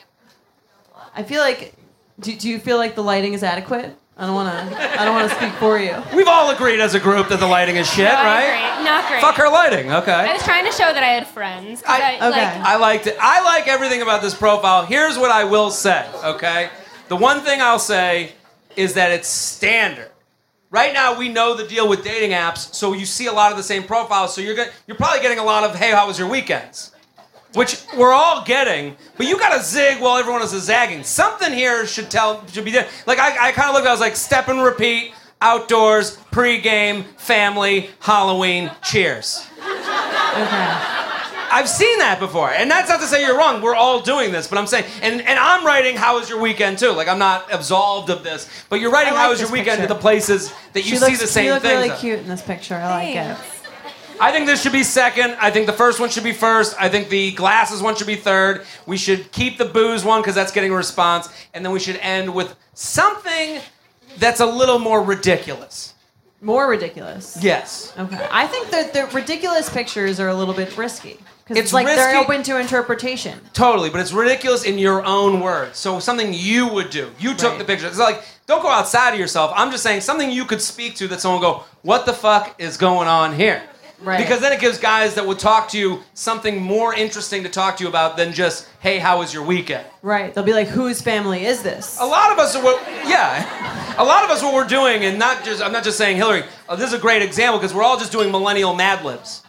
S2: I feel like. Do, do you feel like the lighting is adequate? I don't want to. I don't want to speak for you.
S1: We've all agreed as a group that the lighting is shit,
S4: No, I
S1: right?
S4: agree. Not great.
S1: Fuck her lighting.
S4: I
S1: Okay.
S4: was trying to show that I had friends. 'cause
S1: I-
S2: okay.
S4: I, like,
S1: I liked it. I like everything about this profile. Here's what I will say, okay? The one thing I'll say is that it's standard. Right now we know the deal with dating apps, so you see a lot of the same profiles, so you're going you're probably getting a lot of hey, how was your weekends? Which we're all getting, but you got to zig while everyone else is zagging. Something here should tell should be there. Like I, I kind of looked. I was like, step and repeat, outdoors, pregame, family, Halloween, cheers.
S2: Okay.
S1: I've seen that before, and that's not to say you're wrong. We're all doing this, but I'm saying, and, and I'm writing how was your weekend too. Like I'm not absolved of this, but you're writing
S2: I like
S1: how was your
S2: this
S1: weekend
S2: picture.
S1: to the places that you
S2: she
S1: see
S2: looks,
S1: the same
S2: you look
S1: things.
S2: really
S1: of.
S2: cute in this picture. I like
S4: Thanks.
S2: it.
S1: I think this should be second. I think the first one should be first. I think the glasses one should be third. We should keep the booze one because that's getting a response, and then we should end with something that's a little more ridiculous.
S2: More ridiculous.
S1: Yes.
S2: Okay. I think that the ridiculous pictures are a little bit risky because
S1: It's
S2: it's like they're
S1: risky-
S2: open to interpretation.
S1: Totally, but it's ridiculous in your own words. So something you would do. You took
S2: Right.
S1: the picture. It's like don't go outside of yourself. I'm just saying something you could speak to that someone would go, "What the fuck is going on here?"
S2: Right.
S1: Because then it gives guys that would talk to you something more interesting to talk to you about than just, "Hey, how was your weekend?"
S2: Right. They'll be like, whose family is this?
S1: A lot of us are what, yeah. A lot of us what we're doing, and not just I'm not just saying Hillary. uh, this is a great example because we're all just doing millennial Mad Libs.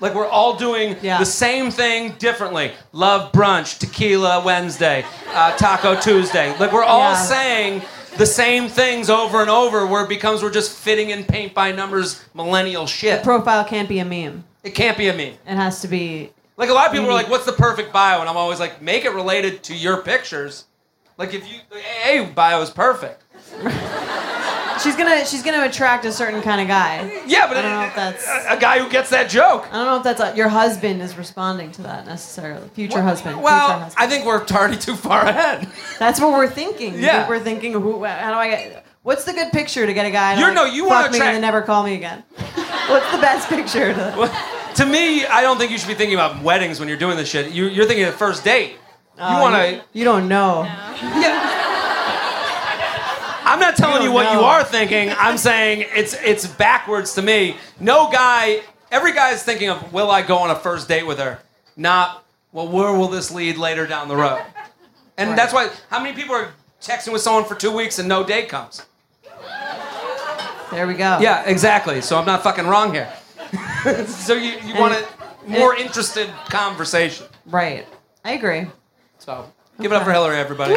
S1: Like we're all doing
S2: Yeah.
S1: the same thing differently. Love brunch, tequila Wednesday, uh, Taco Tuesday. Like we're all
S2: Yeah.
S1: saying the same things over and over. Where it becomes we're just fitting in paint by numbers millennial shit.
S2: Profile can't be a meme.
S1: it can't be a meme.
S2: It has to be.
S1: Like a lot of people are like, "What's the perfect bio?" And I'm always like, "Make it related to your pictures." Like if you, a bio is perfect.
S2: She's gonna. She's gonna attract a certain kind of guy.
S1: Yeah, but
S2: I don't know if that's-
S1: a, a guy who gets that joke.
S2: I don't know if that's your husband is responding to that necessarily. Future husband. future
S1: Well,
S2: husband.
S1: I think we're already too far ahead.
S2: that's what we're thinking. You
S1: Yeah.
S2: think we're thinking. Who? How do I get? What's the good picture to get a guy? To
S1: You're-
S2: like,
S1: no, you
S2: fuck
S1: wanna
S2: me
S1: attract-
S2: and then never call me again. what's the best picture? To,
S1: to me, I don't think you should be thinking about weddings when you're doing this shit. You, you're thinking of first date. you
S2: Oh,
S1: want to.
S2: You, you don't know.
S1: I'm not telling
S2: You
S1: you,
S2: don't
S1: what you
S2: know.
S1: are thinking. I'm saying it's it's backwards to me. No guy. Every guy is thinking of will I go on a first date with her? Not well. Where will this lead later down the road? And that's why. How many people are texting with someone for two weeks and no date comes?
S2: There we go.
S1: Yeah, exactly. So I'm not fucking wrong here. so you, you want a more interested conversation.
S2: Right. I agree.
S1: So give it up for Hillary, everybody.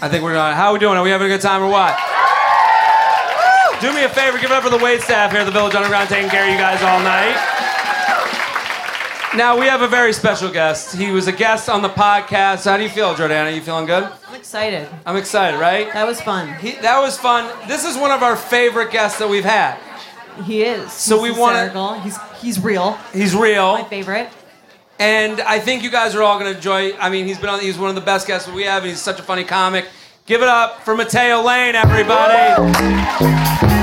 S1: I think we're on. How are we doing? Are we having a good time or what? Do me a favor, give it up for the wait staff here at the Village Underground taking care of you guys all night. Now we have a very special guest. He was a guest on the podcast. How do you feel, Jordana? You feeling good?
S2: I'm excited.
S1: I'm excited, right?
S2: That was fun.
S1: He, that was fun. This is one of our favorite guests that we've had.
S2: He is.
S1: So
S2: He's
S1: we wanna-
S2: hysterical. He's he's real.
S1: He's
S2: My
S1: real,
S2: favorite.
S1: and I think you guys are all going to enjoy. I mean, he's been on. He's one of the best guests that we have. and He's such a funny comic. Give it up for Mateo Lane, everybody.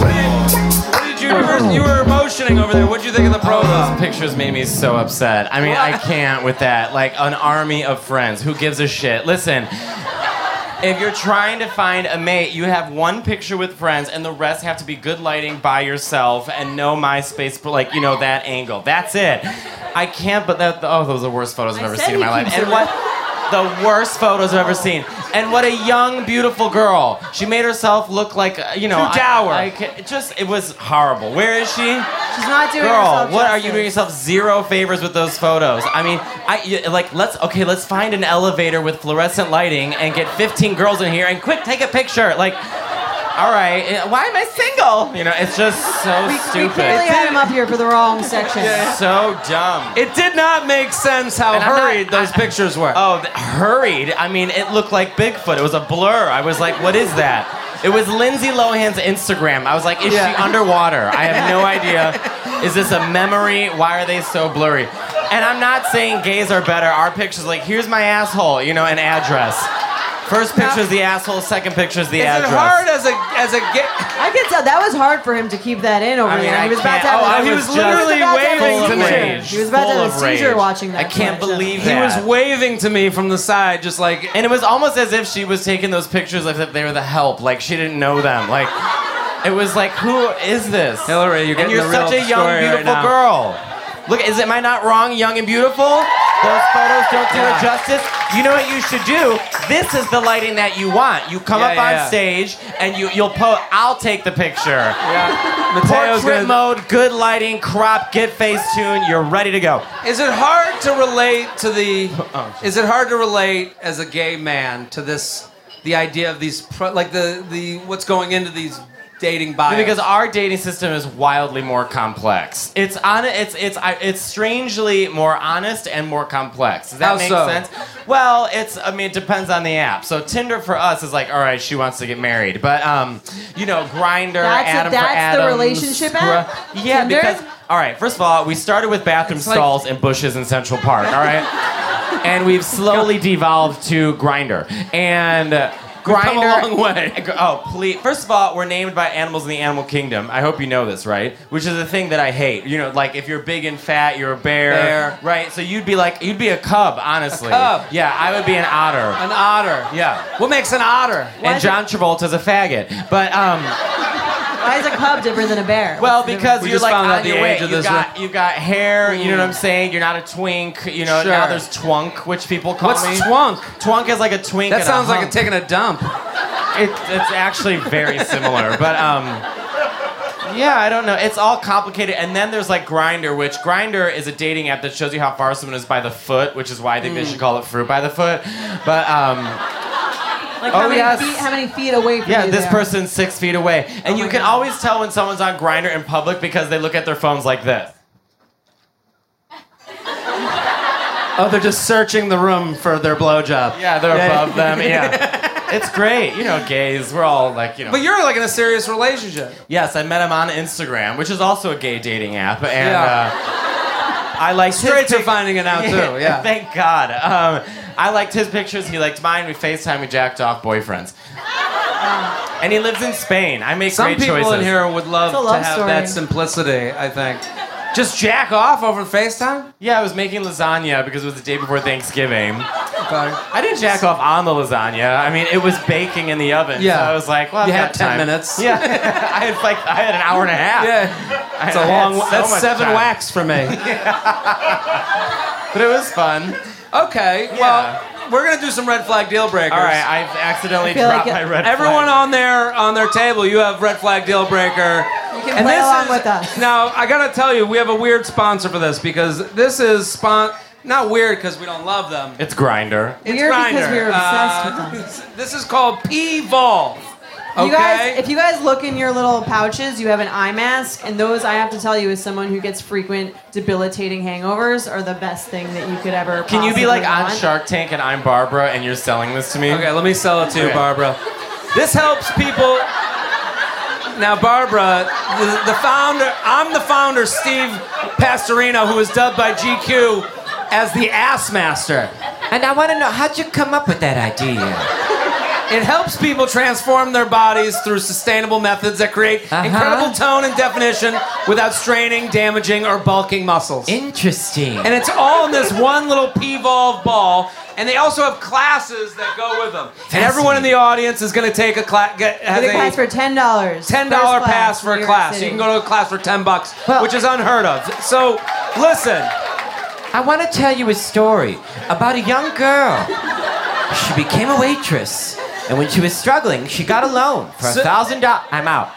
S1: What did you, you, were, you were motioning over there. What did you think of the
S5: Oh,
S1: promo?
S5: those pictures made me so upset. I mean, I can't with that. Like an army of friends. Who gives a shit? Listen. If you're trying to find a mate, you have one picture with friends, and the rest have to be good lighting by yourself and no MySpace, but like you know that angle. That's it. I can't. But that oh, those are the worst photos I've
S2: I
S5: ever
S2: said
S5: seen in
S2: he
S5: my life.
S2: keeps
S5: And
S2: it
S5: what? The worst photos I've ever seen. And what a young, beautiful girl. She made herself look like uh, you know.
S1: Too
S5: I-
S1: dour.
S5: I ca- it just it was horrible. Where is she?
S2: She's not doing
S5: Girl,
S2: herself
S5: what are
S2: justice.
S5: you doing yourself zero favors with those photos? I mean, I you- like let's okay, let's find an elevator with fluorescent lighting and get 15 girls in here and quick take a picture. Like, all right, eh, why am I single? You know, it's just so
S2: We clearly
S5: stupid,
S2: had him up here for the wrong section.
S5: so dumb.
S1: It did not make sense how
S5: And I'm not-
S1: hurried those
S5: I-
S1: pictures were.
S5: Oh, th- hurried. I mean, it looked like Bigfoot. It was a blur. I was like, what is that? It was Lindsay Lohan's Instagram. I was like, is she
S1: Yeah.
S5: underwater? I have no idea. Is this a memory? Why are they so blurry? And I'm not saying gays are better. Our picture's like, here's my asshole, you know, an address. First picture's the asshole, second picture's the
S1: is
S5: address.
S1: it hard as a as a gay?
S2: I can tell that was hard for him to keep that in over
S5: I mean,
S2: there.
S5: I
S2: He was about
S5: can't-
S2: to have
S5: oh,
S2: a-
S5: I
S2: he
S5: was
S2: about
S1: literally
S2: to have
S1: waving
S2: a
S5: Full of
S2: seizure.
S5: rage.
S2: He was about to
S5: Full
S2: have a
S5: of
S2: seizure
S5: rage.
S2: watching that.
S5: I can't
S2: footage.
S5: believe
S1: He
S5: that.
S1: was waving to me from the side, just like
S5: And it was almost as if she was taking those pictures as if they were the help, like she didn't know them. Like it was like, who is this?
S1: Hillary, you're getting
S5: and you're
S1: the
S5: such
S1: real
S5: a young,
S1: story right
S5: beautiful
S1: now.
S5: girl. Look, is am I not wrong? Young and beautiful. Those photos don't do
S1: Yeah.
S5: her justice. You know what you should do? This is the lighting that you want. You come
S1: Yeah,
S5: up
S1: yeah,
S5: on
S1: yeah.
S5: stage and you you'll post. I'll take the picture.
S1: yeah. Mateo's
S5: Portrait
S1: gonna-
S5: mode, good lighting, crop, get face tune. You're ready to go.
S1: Is it hard to relate to the? Is it hard to relate as a gay man to this? The idea of these, pro, like the the what's going into these dating bios?
S5: Because our dating system is wildly more complex. It's on. It's it's I- it's strangely more honest and more complex. Does that
S1: How
S5: make
S1: so?
S5: sense? Well, it's. I mean, it depends on the app. So Tinder for us is like, all right, she wants to get married, but um, you know, Grinder,
S2: That's a-
S5: Adam for
S2: that's the
S5: Adam,
S2: relationship app?
S5: Yeah,
S2: Tinder?
S5: because all right. First of all, we started with bathroom
S1: It's like-
S5: stalls and bushes in Central Park. All right, and we've slowly devolved to Grinder and. Uh, Grinder.
S1: come a long way.
S5: Oh, please. First of all, we're named by animals in the animal kingdom. I hope you know this, right? Which is a thing that I hate. You know, like if you're big and fat, you're a bear,
S1: Bear.
S5: right? So you'd be like, you'd be a cub, honestly.
S1: cub.
S5: Yeah, I would be an otter.
S1: an otter.
S5: Yeah.
S1: What makes an otter?
S5: and John Travolta's a faggot, but um,
S2: Why is a cub different than a bear?
S5: well, because
S1: We
S5: you're
S1: just
S5: like
S1: found out
S5: on
S1: the
S5: your
S1: age
S5: way.
S1: of
S5: You
S1: this Mm.
S5: got you got hair. You know what I'm saying? You're not a twink. You know now
S1: Sure.
S5: there's twunk, which people call
S1: What's
S5: me.
S1: twunk?
S5: Twunk is like a twink.
S1: That
S5: and
S1: sounds
S5: a
S1: like a
S5: hunk.
S1: taking a dump.
S5: It, it's actually very similar, but um, yeah, I don't know. It's all complicated, and then there's like Grinder, which Grinder is a dating app that shows you how far someone is by the foot, which is why I think
S2: Mm.
S5: they should call it fruit by the foot. But um,
S2: like
S5: oh,
S2: how, many
S5: yes.
S2: feet, how many feet away from
S5: yeah,
S2: you
S5: this
S2: they are?
S5: person's six feet away, and you
S2: Oh my
S5: can
S2: God.
S5: always tell when someone's on Grinder in public because they look at their phones like this.
S1: Oh, they're just searching the room for their blowjob.
S5: Yeah, they're above them. Yeah, it's great. You know, gays, we're all like you know.
S1: But you're like in a serious relationship.
S5: Yes, I met him on Instagram, which is also a gay dating app, and
S1: Yeah.
S5: uh, I liked his
S1: Straights are
S5: pic-
S1: finding it out too. Yeah.
S5: Thank God. Um, I liked his pictures. He liked mine. We Facetime. We jacked off boyfriends. and he lives in Spain. I make
S1: Some
S5: great
S1: people
S5: choices.
S1: in here would love,
S2: It's a love
S1: to have
S2: story.
S1: that simplicity, I think. Just jack off over FaceTime?
S5: Yeah, I was making lasagna because it was the day before Thanksgiving.
S6: Okay.
S5: I didn't jack off on the lasagna. I mean, it was baking in the oven.
S6: Yeah.
S5: So I was like, well, I've
S6: You
S5: got
S6: had 10
S5: time.
S6: minutes.
S5: Yeah. I had like I had an hour and a half.
S6: Yeah.
S5: I
S6: It's a
S5: had
S6: long.
S5: so
S6: that's
S5: much
S6: seven
S5: time.
S6: whacks for me.
S5: But it was fun.
S1: Okay, well, we're gonna do some red flag deal breakers.
S5: All right, I've accidentally
S2: feel
S5: dropped
S2: like
S5: my
S2: it-
S5: red
S1: Everyone
S5: flag.
S1: on their on their table, you have red flag deal breaker. You
S2: can play along with us.
S1: Now I gotta tell you, we have a weird sponsor for this because this is spon not weird because we don't love them.
S5: It's grinder.
S1: It's
S2: Weird because
S1: Grindr.
S2: we were obsessed with them.
S1: with them. This is called P Vol. Okay.
S2: You guys, if you guys look in your little pouches, you have an eye mask, and those I have to tell you, as someone who gets frequent debilitating hangovers, are the best thing that you could ever.
S5: Can you be like
S2: possibly
S5: on
S2: want.
S5: Shark Tank and I'm Barbara and you're selling this to me?
S1: Okay, let me sell it to you,
S5: Okay.
S1: Barbara. This helps people. Now, Barbara, the, the founder, I'm the founder, Steve Pastorino, who is dubbed by GQ as the Ass Master.
S6: And I want to know how'd you come up with that idea?
S1: It helps people transform their bodies through sustainable methods that create
S6: Uh-huh.
S1: incredible tone and definition without straining, damaging, or bulking muscles.
S6: Interesting.
S1: and it's all in this one little P-Volve ball. And they also have classes that go with them. And everyone in the audience is going to take a class.
S2: Get a class for ten dollars.
S1: ten dollar pass for a class. You can go to a class for ten bucks,
S6: Well-
S1: which is unheard of. So, listen.
S6: I want to tell you a story about a young girl. She became a waitress, and when she was struggling, she got a loan for a
S1: So-
S6: thousand dollars. I'm out.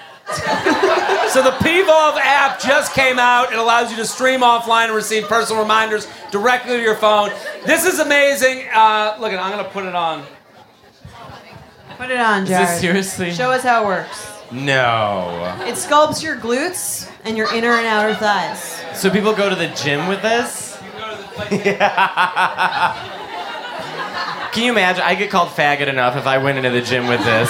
S1: So the P-Volve app just came out. It allows you to stream offline and receive personal reminders directly to your phone. This is amazing. Uh, look, I'm gonna put it on.
S2: Put it on,
S5: Is
S2: Jared.
S5: this seriously?
S2: Show us how it works.
S5: No.
S2: It sculpts your glutes and your inner and outer thighs.
S5: So people go to the gym with this? Can you imagine? I get called faggot enough if I went into the gym with this.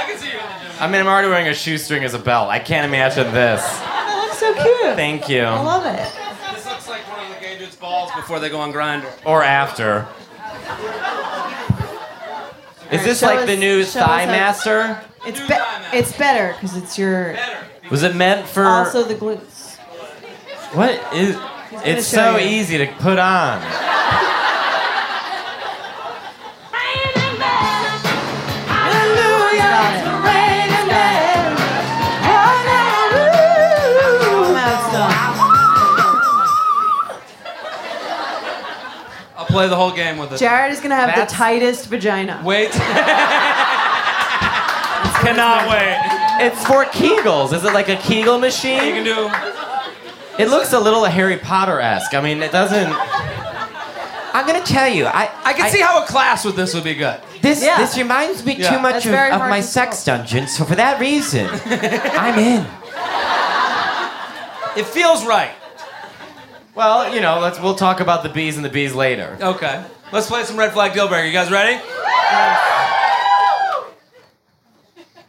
S1: I can see you in the gym.
S5: I mean, I'm already wearing a shoestring as a belt. I can't imagine this.
S2: That looks so cute.
S5: Thank you.
S2: I love it.
S1: This looks like one of the gay dudes' balls before they go on Grinder.
S5: Or after. Is this
S2: Show
S5: like
S2: us-
S5: the new
S2: show us
S5: Thigh
S2: how-
S5: Master?
S2: It's be- it's better because it's your
S5: Was it meant for.
S2: also the glutes.
S5: What is? It's
S2: show
S5: so
S2: you.
S5: easy to put on.
S2: Hallelujah.
S1: I'll play the whole game with it.
S2: Jared is gonna have
S5: That's-
S2: the tightest vagina.
S1: Wait. Cannot wait.
S5: It's for Kegels. Is it like a Kegel
S1: You can
S5: machine?
S1: do.
S5: It looks a little Harry Potter esque. I mean, it doesn't.
S6: I'm gonna tell you. I
S1: I can see how a class with this would be good.
S6: this.
S2: Yeah.
S6: This reminds me
S1: Yeah.
S6: too much
S2: That's
S6: of,
S2: very
S6: of
S2: hard
S6: my
S2: to
S6: sex dungeon. So for that reason, I'm in.
S1: It feels right.
S5: Well, you know, let's we'll talk about the bees and the bees later.
S1: Okay. Let's play some red flag deal breaker. You guys ready?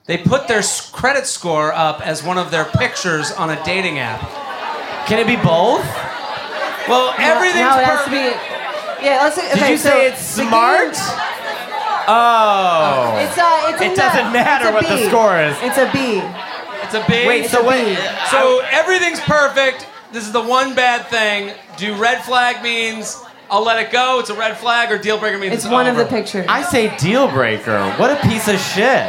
S1: They put their s- credit score up as one of their pictures on a dating app.
S5: Can it be both?
S1: Well, everything's
S2: now it has to
S1: perfect.
S2: be. Yeah, let's. Okay,
S5: Did you
S2: so
S5: say it's
S2: the
S5: smart?
S2: glutes-
S5: Oh.
S2: It's uh, it's a
S5: It doesn't
S2: no,
S5: matter
S2: it's a
S5: what the
S2: B.
S5: score is.
S2: It's a B.
S1: It's a big.
S5: Wait. So
S2: a
S5: what?
S2: bee.
S1: so everything's perfect. This is the one bad thing. Do red flag means I'll let it go? It's a red flag, or deal breaker means
S2: It's
S1: it's,
S2: one of
S1: over?
S2: the pictures.
S5: I say deal breaker. What a piece of shit.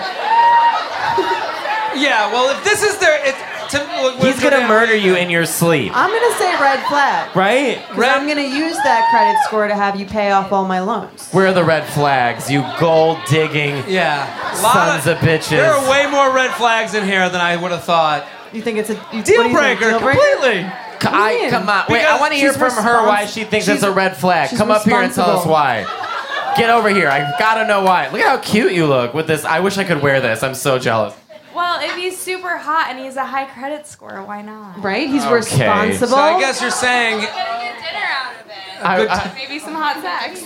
S1: Yeah. Well, if this is their, it's, to, well,
S5: He's gonna murder you in your sleep,
S2: I'm gonna say red flag.
S5: right?
S2: 'cause I'm gonna use that credit score to have you pay off all my loans.
S5: Where are the red flags? You gold digging.
S1: Yeah.
S5: Sons of bitches.
S1: There are way more red flags in here than I would have thought.
S2: You think it's a you,
S1: Deal
S2: what do you think,
S1: breaker,
S2: deal
S1: completely.
S5: C- I,
S2: mean?
S5: come on. Wait,
S1: Because
S5: I want to hear
S2: she's
S5: from her why
S2: respons-
S5: she thinks
S2: she's-
S5: it's a red flag.
S2: she's
S5: Come up here and tell us
S2: responsible.
S5: why. Get over here. I gotta know why. Look at how cute you look with this. I wish I could wear this. I'm so jealous.
S4: Well, if he's super hot and he's a high credit score, why not?
S2: Right? He's
S5: Okay.
S2: responsible.
S1: So I guess you're saying
S4: Get dinner out of it.
S5: I-
S1: Good
S5: I-
S1: time.
S4: Maybe some hot sex.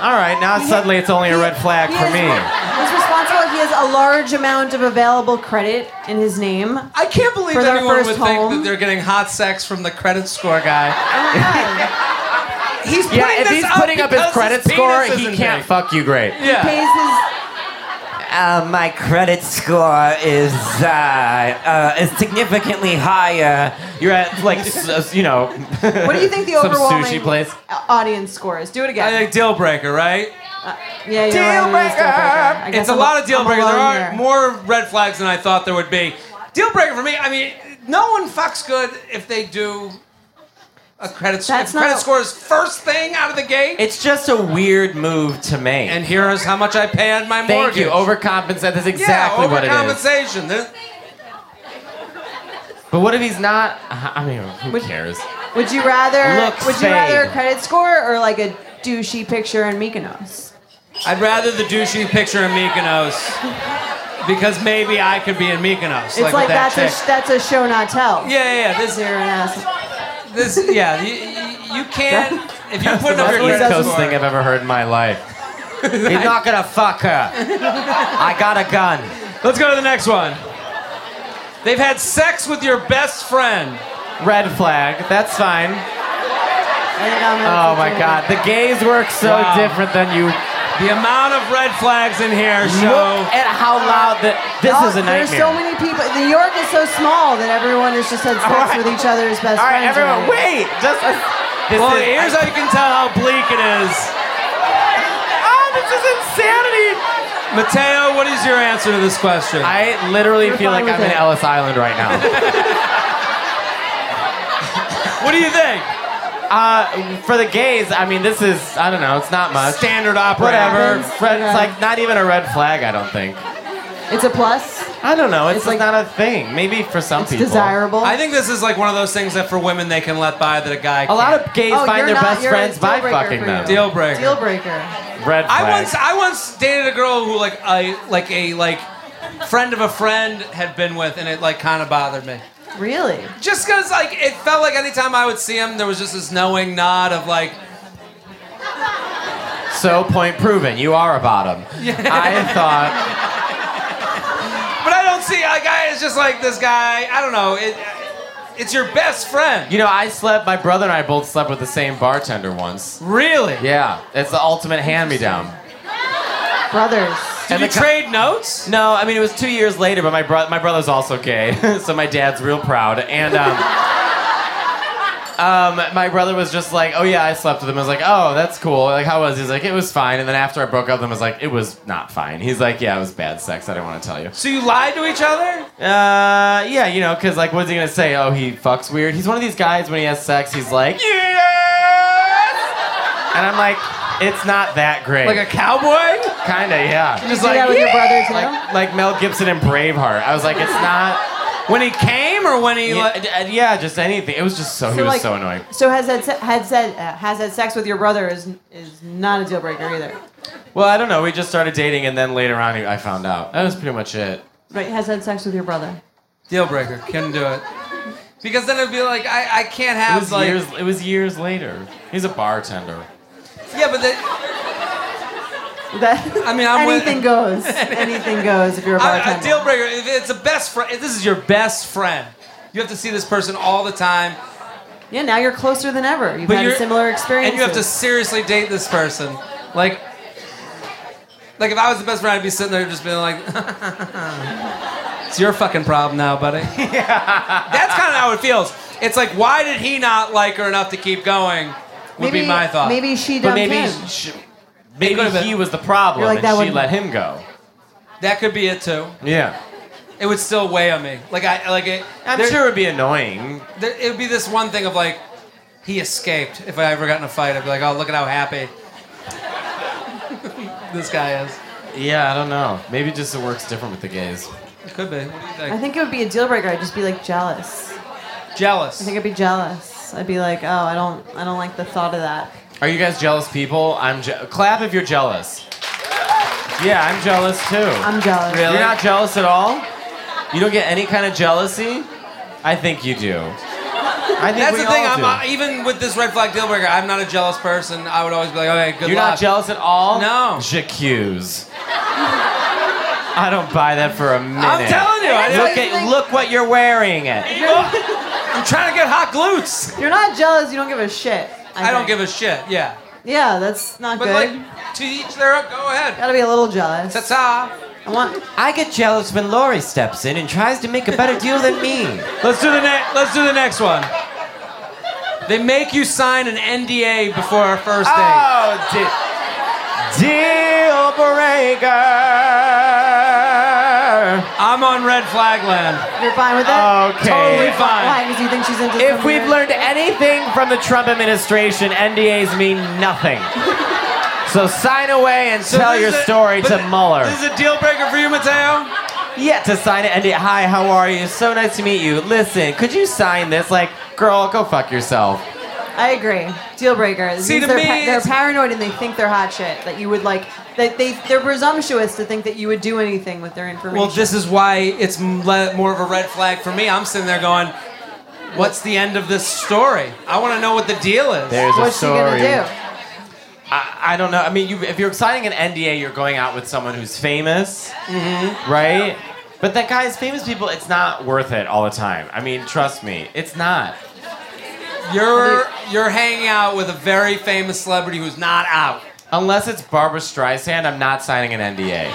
S5: all right, now suddenly it's only a red flag
S2: He
S5: for
S2: is-
S5: me.
S2: He's responsible. He has a large amount of available credit in his name. Oh
S1: I can't believe
S2: For their
S1: anyone would
S2: first
S1: think that
S2: home.
S1: they're getting hot sex from the credit score guy.
S2: my God.
S1: He's putting
S5: Yeah, if
S1: this
S5: he's
S1: up
S5: putting up his
S1: because
S5: credit
S1: penis
S5: score, he
S1: isn't
S5: can't
S1: big.
S5: fuck you great.
S1: Yeah.
S2: Pays his
S6: uh, my credit score is uh, uh, is significantly higher.
S5: You're at like s- s- you know.
S2: What do you think the
S5: Some
S2: overwhelming
S5: sushi place.
S2: audience score is? Do it
S1: I
S2: again.
S1: think deal breaker, right?
S2: yeah, you're
S6: Deal
S2: right, it is
S6: breaker.
S2: I guess
S1: It's a
S2: I'm-
S1: lot of deal
S2: I'm
S1: breakers. There
S2: alone
S1: are
S2: here.
S1: more red flags than I thought there would be. Deal breaker for me. I mean, no one fucks good if they do a credit score.
S2: That's
S1: If credit
S2: not-
S1: score is first thing out of the gate.
S5: It's just a weird move to make.
S1: and here is how much I pay on my
S5: Thank
S1: mortgage.
S5: you. Overcompensate. That's exactly
S1: yeah,
S5: what it is.
S1: overcompensation. There-
S5: But what if he's not? I mean, who cares?
S2: Would you rather?
S5: Looks
S2: would you rather a
S5: fade.
S2: credit score or like a douchey picture in Mykonos?
S1: I'd rather the douchey picture in Mykonos because maybe I could be in Mykonos.
S2: It's like,
S1: with that
S2: that's
S1: chick.
S2: a that's a show not tell.
S1: yeah, yeah, yeah. This,
S2: Zero and ass.
S1: this, yeah. You, you- you can't if you're putting up
S5: That's
S1: your
S5: the
S1: credit
S5: East Coast
S1: score.
S5: thing I've ever heard in my life. You're not gonna fuck her. I got a gun.
S1: Let's go to the next one. They've had sex with your best friend.
S5: Red flag. That's fine.
S2: I think I'm gonna
S5: Oh my
S2: continue.
S5: God. The gays work so
S1: Wow.
S5: different than you.
S1: The amount of red flags in here show.
S5: Look at how loud that. This
S2: Oh,
S5: is a nightmare.
S2: There's so many people. New York is so small that everyone has just had sex
S5: right.
S2: with each other's best
S5: All right,
S2: friends.
S5: everyone,
S2: already.
S5: wait. Just a, this
S1: Well,
S5: is,
S1: here's how you can tell how bleak it is.
S5: oh, this is insanity.
S1: Mateo, what is your answer to this question?
S5: I literally
S2: We're
S5: feel like
S2: fine
S5: I'm
S2: with it.
S5: in Ellis Island right now.
S1: what do you think?
S5: uh, for the gays, I mean, this is I don't know. It's not much.
S1: Standard operator.
S5: Whatever.
S2: Happens.
S5: Fred,
S2: Yeah.
S5: It's like not even a red flag. I don't think.
S2: It's a plus.
S5: I don't know. It's,
S2: It's
S5: just
S2: like-
S5: not a thing. Maybe for some
S2: It's
S5: people.
S2: desirable.
S1: I think this is like one of those things that for women they can let by that a guy.
S5: A
S1: Can't.
S5: lot of gays
S2: Oh, you're
S5: find their
S2: not-
S5: best
S2: you're a
S5: friends
S2: deal
S5: by
S2: breaker
S5: fucking
S2: for
S5: them.
S2: you.
S1: deal breaker.
S2: Deal breaker.
S5: Red flag.
S1: I once I once dated a girl who like I like a like friend of a friend had been with, and it like kind of bothered me.
S2: Really?
S1: Just because, like, it felt like anytime I would see him, there was just this knowing nod of, like,
S5: so point proven. You are a bottom. I thought.
S1: but I don't see, like, I, it's just like this guy, I don't know, it, it's your best friend.
S5: You know, I slept. My brother and I both slept with the same bartender once.
S1: Really?
S5: Yeah, it's the ultimate hand me down.
S2: Brothers.
S1: Did
S5: And
S1: you
S5: the co-
S1: trade notes?
S5: No, I mean it was two years later, but my bro- my brother's also gay, so my dad's real proud. And um, um, my brother was just like, "Oh yeah, I slept with him." I was like, "Oh, that's cool." Like, how was? He's like, "It was fine." And then after I broke up, with him I was like, "It was not fine." He's like, "Yeah, it was bad sex. I didn't want to tell you."
S1: So you lied to each other?
S5: Uh, yeah, you know, cause like, what's he gonna say? Oh, he fucks weird. He's one of these guys when he has sex, he's like, "Yes," and I'm like, "It's not that great."
S1: Like a cowboy?
S5: kinda, yeah.
S1: Just
S2: Do
S1: like,
S2: that with your brother too.
S5: Like, like Mel Gibson and Braveheart. I was like, it's not.
S1: when he came or when he, like,
S5: Yeah, uh, yeah, just anything. It was just so. he was so annoying.
S2: So has had se- had said uh, has had sex with your brother is is not a deal breaker either.
S5: Well, I don't know. We just started dating, and then later on, I found out. That was pretty much it.
S2: Right? Has had sex with your brother.
S1: deal breaker, couldn't do it. Because then it'd be like, I, I can't
S5: It
S1: have,
S5: was
S1: like,
S5: years. It was years later. He's a bartender.
S1: yeah, but the,
S2: That
S1: I mean, I'm with-
S2: anything goes. Anything goes if you're a
S1: I,
S2: bartender.
S1: a deal breaker. If it's a best friend, if this is your best friend, you have to see this person all the time.
S2: yeah. Now you're closer than ever. You've
S1: But
S2: had
S1: you're-
S2: similar experiences.
S1: And you have to seriously date this person. Like, like if I was the best friend, I'd be sitting there just being like, "It's your fucking problem now, buddy." That's kind of how it feels. It's like, why did he not like her enough to keep going? Would
S2: maybe,
S1: be my thought.
S2: Maybe she
S5: But
S2: dumped
S5: maybe,
S2: him.
S5: sh
S1: It
S5: maybe
S1: could've been-
S5: he was the problem,
S2: You're like, that
S5: and she
S2: wouldn't-
S5: let him go.
S1: that could be it too.
S5: Yeah,
S1: It would still weigh on me. Like I, like it.
S5: I'm
S1: there-
S5: sure it would be annoying.
S1: there, it would be this one thing of like, he escaped. If I ever got in a fight, I'd be like, oh, look at how happy this guy is.
S5: Yeah, I don't know. Maybe just it works different with the gays.
S1: It could be. What do you
S2: I
S1: think?
S2: think it would be a deal breaker. I'd just be like jealous.
S1: Jealous.
S2: I think I'd be jealous. I'd be like, oh, I don't, I don't like the thought of that.
S5: Are you guys jealous people? I'm je- clap if you're jealous. Yeah, I'm jealous too.
S2: I'm jealous.
S1: Really?
S5: You're not jealous at all? You don't get any kind of jealousy? I think you do. I think
S1: That's
S5: we
S1: the thing.
S5: all
S1: I'm
S5: do.
S1: not, even with this red flag deal breaker. I'm not a jealous person. I would always be like, okay, good
S5: You're
S1: luck.
S5: not jealous at all?
S1: No.
S5: J'accuse. I don't buy that for a minute.
S1: I'm telling you. I,
S5: Look
S1: look
S5: at look what you're wearing. It.
S1: I'm trying to get hot glutes.
S2: If you're not jealous, you don't give a shit.
S1: I don't
S2: think.
S1: give a shit. Yeah.
S2: Yeah, that's not
S1: But
S2: good.
S1: like, to each their own. Go ahead.
S2: Gotta be a little jealous.
S1: Ta-ta.
S2: I want.
S6: I get jealous when Lori steps in and tries to make a better deal than me.
S1: Let's do the next. Let's do the next one. They make you sign an NDA before our first date.
S5: Oh, de- deal breaker.
S1: I'm on red flag land.
S2: You're fine with that?
S5: Okay.
S1: Totally fine.
S2: Why? Because you think she's into
S5: If
S2: some
S5: we've
S2: weird-
S5: learned anything from the Trump administration, NDAs mean nothing. So sign away and
S1: So
S5: tell
S1: this
S5: your
S1: is a-
S5: story
S1: but
S5: to
S1: th-
S5: Mueller.
S1: This is a deal breaker for you, Mateo.
S5: Yeah, to sign it and it- hi, how are you? So nice to meet you. Listen, could you sign this? Like, girl, go fuck yourself.
S2: I agree. Deal breaker.
S1: See, to
S2: they're,
S1: me,
S2: they're
S1: it's-
S2: paranoid and they think they're hot shit. That you would like. That they they're presumptuous to think that you would do anything with their information.
S1: Well, this is why it's m- le- more of a red flag for me. I'm sitting there going, "What's the end of this story? I want to know what the deal is."
S5: There's
S2: What's
S5: a
S2: she
S5: story.
S2: gonna do?
S5: I, I don't know. I mean, you, if you're signing an NDA, you're going out with someone who's famous,
S2: Mm-hmm.
S5: right? But that guy's famous people, it's not worth it all the time. I mean, trust me, it's not.
S1: You're you're hanging out with a very famous celebrity who's not out.
S5: Unless it's Barbara Streisand, I'm not signing an NDA.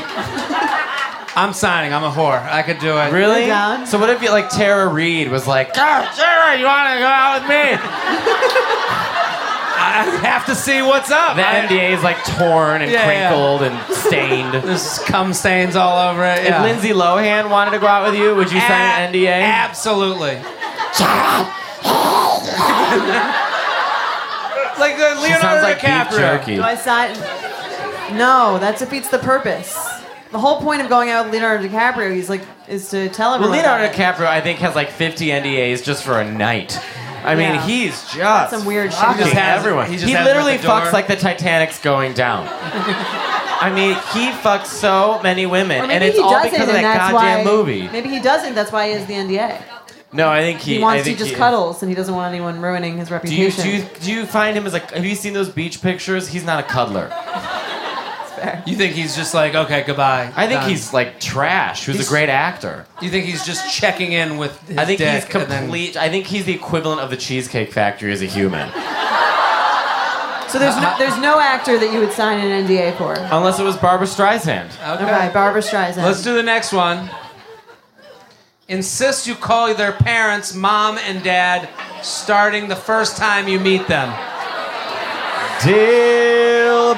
S1: I'm signing. I'm a whore. I could do it.
S5: Really?
S2: You're down?
S5: So what if you, like Tara Reid was like, "God, Tara, you want to go out with me?"
S1: I have to see what's up.
S5: The
S1: I-
S5: NDA is like torn and
S1: Yeah, yeah.
S5: crinkled and stained.
S1: There's cum stains all over it. Yeah.
S5: If Lindsay Lohan wanted to go out with you, would you sign an
S1: A-
S5: NDA?
S1: Absolutely. like uh,
S5: She sounds
S1: Leonardo
S5: like beef
S1: DiCaprio.
S5: jerky.
S2: Do I sign? No, that defeats the purpose. The whole point of going out with Leonardo DiCaprio, he's like, is to tell
S5: Well,
S2: everyone. about
S5: Leonardo
S2: it.
S5: DiCaprio, I think, has like 50 NDAs just for a night. I mean,
S2: Yeah.
S5: he's just
S2: Some weird shit.
S5: fucking
S2: He just
S1: has-
S5: everyone.
S1: he
S5: He,
S1: just has them at
S5: literally
S1: the door.
S5: fucks like the Titanic's going down. I mean, he fucks so many women,
S2: Or
S5: and
S2: maybe
S5: it's
S2: he
S5: all
S2: doesn't,
S5: because of
S2: and
S5: that
S2: that's why,
S5: goddamn movie.
S2: Maybe he doesn't. That's why he has the NDA.
S5: no, I think he.
S2: He
S5: I
S2: wants to
S5: think
S2: just
S5: he is.
S2: cuddles, and he doesn't want anyone ruining his
S5: Do you,
S2: reputation.
S5: do you do you find him as like? Have you seen those beach pictures? He's not a cuddler.
S1: You think he's just like, okay, goodbye.
S5: I think
S1: done."
S5: he's like trash. Who's
S1: He's-
S5: a great actor.
S1: You think he's just checking in with? His
S5: I think he's
S1: dick and then-
S5: complete. I think he's the equivalent of the Cheesecake Factory as a human.
S2: so there's no, there's no actor that you would sign an NDA for.
S5: Unless it was Barbara Streisand.
S1: okay.
S2: Okay, Barbara Streisand.
S1: Let's do the next one. Insist you call their parents, mom and dad, starting the first time you meet them.
S5: Deal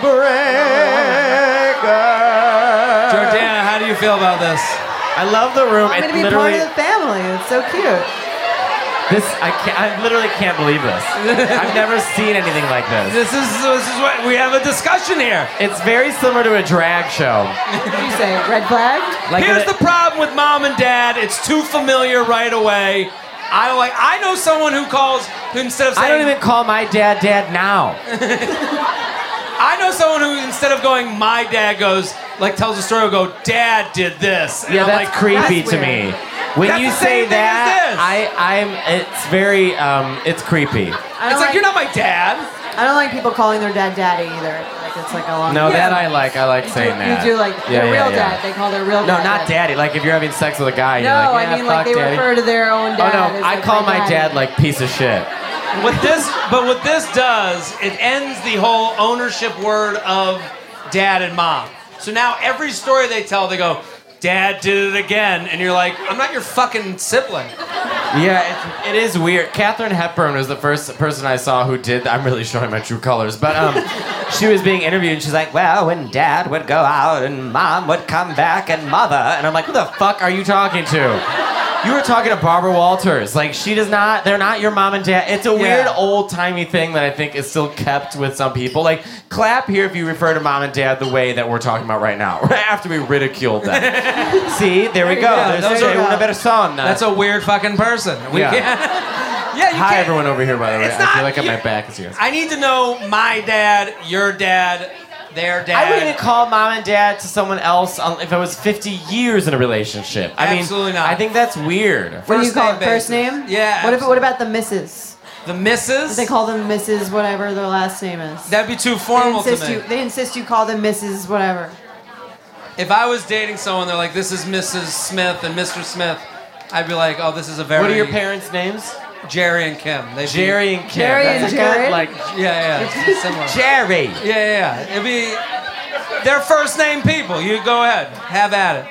S5: breaker.
S1: Jordana, how do you feel about this?
S5: I love the room.
S2: I'm
S5: It
S2: going to be
S5: literally,
S2: part of the family. It's so cute.
S5: this I can't, I literally can't believe this. I've never seen anything like this.
S1: This is this is what we have a discussion here.
S5: It's very similar to a drag show.
S2: What did you say? Red flag?
S5: Like
S1: Here's
S5: it-
S1: the problem with mom and dad. It's too familiar right away. I like I know someone who calls instead of saying
S5: I don't even call my dad dad now.
S1: I know someone who instead of going my dad goes like tells a story go dad did this. And
S5: Yeah,
S1: I'm
S5: that's
S1: like,
S5: creepy
S2: that's
S5: to
S2: weird.
S5: me. When
S1: That's
S5: you
S1: the
S5: say
S1: same thing as this.
S5: that, I, I'm. It's very. Um, it's creepy.
S2: I don't
S1: It's like, you're not my dad.
S2: I don't like people calling their dad daddy either. Like it's like a long.
S5: No,
S2: Yeah.
S5: that I like. I like saying that.
S2: You do like
S5: Yeah,
S2: their
S5: yeah,
S2: real
S5: yeah.
S2: dad. They call their real
S5: No,
S2: dad.
S5: not daddy. Like if you're having sex with a guy,
S2: No,
S5: you're like, yeah,
S2: I mean like
S5: fuck
S2: they
S5: daddy.
S2: refer to their own
S5: oh
S2: dad.
S5: no,
S2: as,
S5: I
S2: like,
S5: call my
S2: daddy.
S5: dad like piece of shit.
S1: What this but what this does, it ends the whole ownership word of dad and mom. So now every story they tell, they go, Dad did it again, and you're like, I'm not your fucking sibling.
S5: Uh. Yeah, it, it is weird. Katherine Hepburn was the first person I saw who did. I'm really showing my true colors, but um, she was being interviewed and she's like, "Well, when Dad would go out and Mom would come back and Mother," and I'm like, "Who the fuck are you talking to?" You were talking to Barbara Walters. Like she does not. They're not your mom and dad. It's a weird
S1: Yeah.
S5: old timey thing that I think is still kept with some people. Like clap here if you refer to mom and dad the way that we're talking about right now. Right after we ridiculed them. See, there, we go.
S1: go. There
S5: There's
S1: you
S5: Jay
S1: go.
S5: una persona.
S1: That's a weird fucking person. We
S5: Yeah.
S1: can't- yeah, you
S5: Hi,
S1: can't-
S5: everyone over here, by the way.
S1: It's
S5: I
S1: not-
S5: feel like
S1: you-
S5: my back is here. I,
S1: I need to know my dad, your dad, their dad.
S5: wouldn't even call mom and dad to someone else um, if I was 50 years in a relationship. I mean,
S1: Absolutely not.
S5: I think that's weird.
S2: What do you
S1: First
S2: call
S1: name
S2: it? First
S1: basis.
S2: name?
S1: Yeah,
S2: What if, what about the Mrs.?
S1: the missus.
S2: They call them Mrs. Whatever their last name is.
S1: That'd be too
S2: they
S1: formal to
S2: insist
S1: me.
S2: you. They insist you call them Mrs. Whatever.
S1: If I was dating someone, they're like, "This is Mrs. Smith and Mr. Smith," I'd be like, "Oh, this is a very."
S5: What are your parents' names?
S1: Jerry and Kim. They'd be-
S5: Jerry and Kim.
S2: Jerry
S5: That's
S2: and
S5: a
S2: Jared?
S5: Good, like
S1: yeah, yeah, it's similar.
S5: Jerry.
S1: Yeah, yeah, yeah. It'd be
S7: They're first name people. You go ahead.
S1: have at it.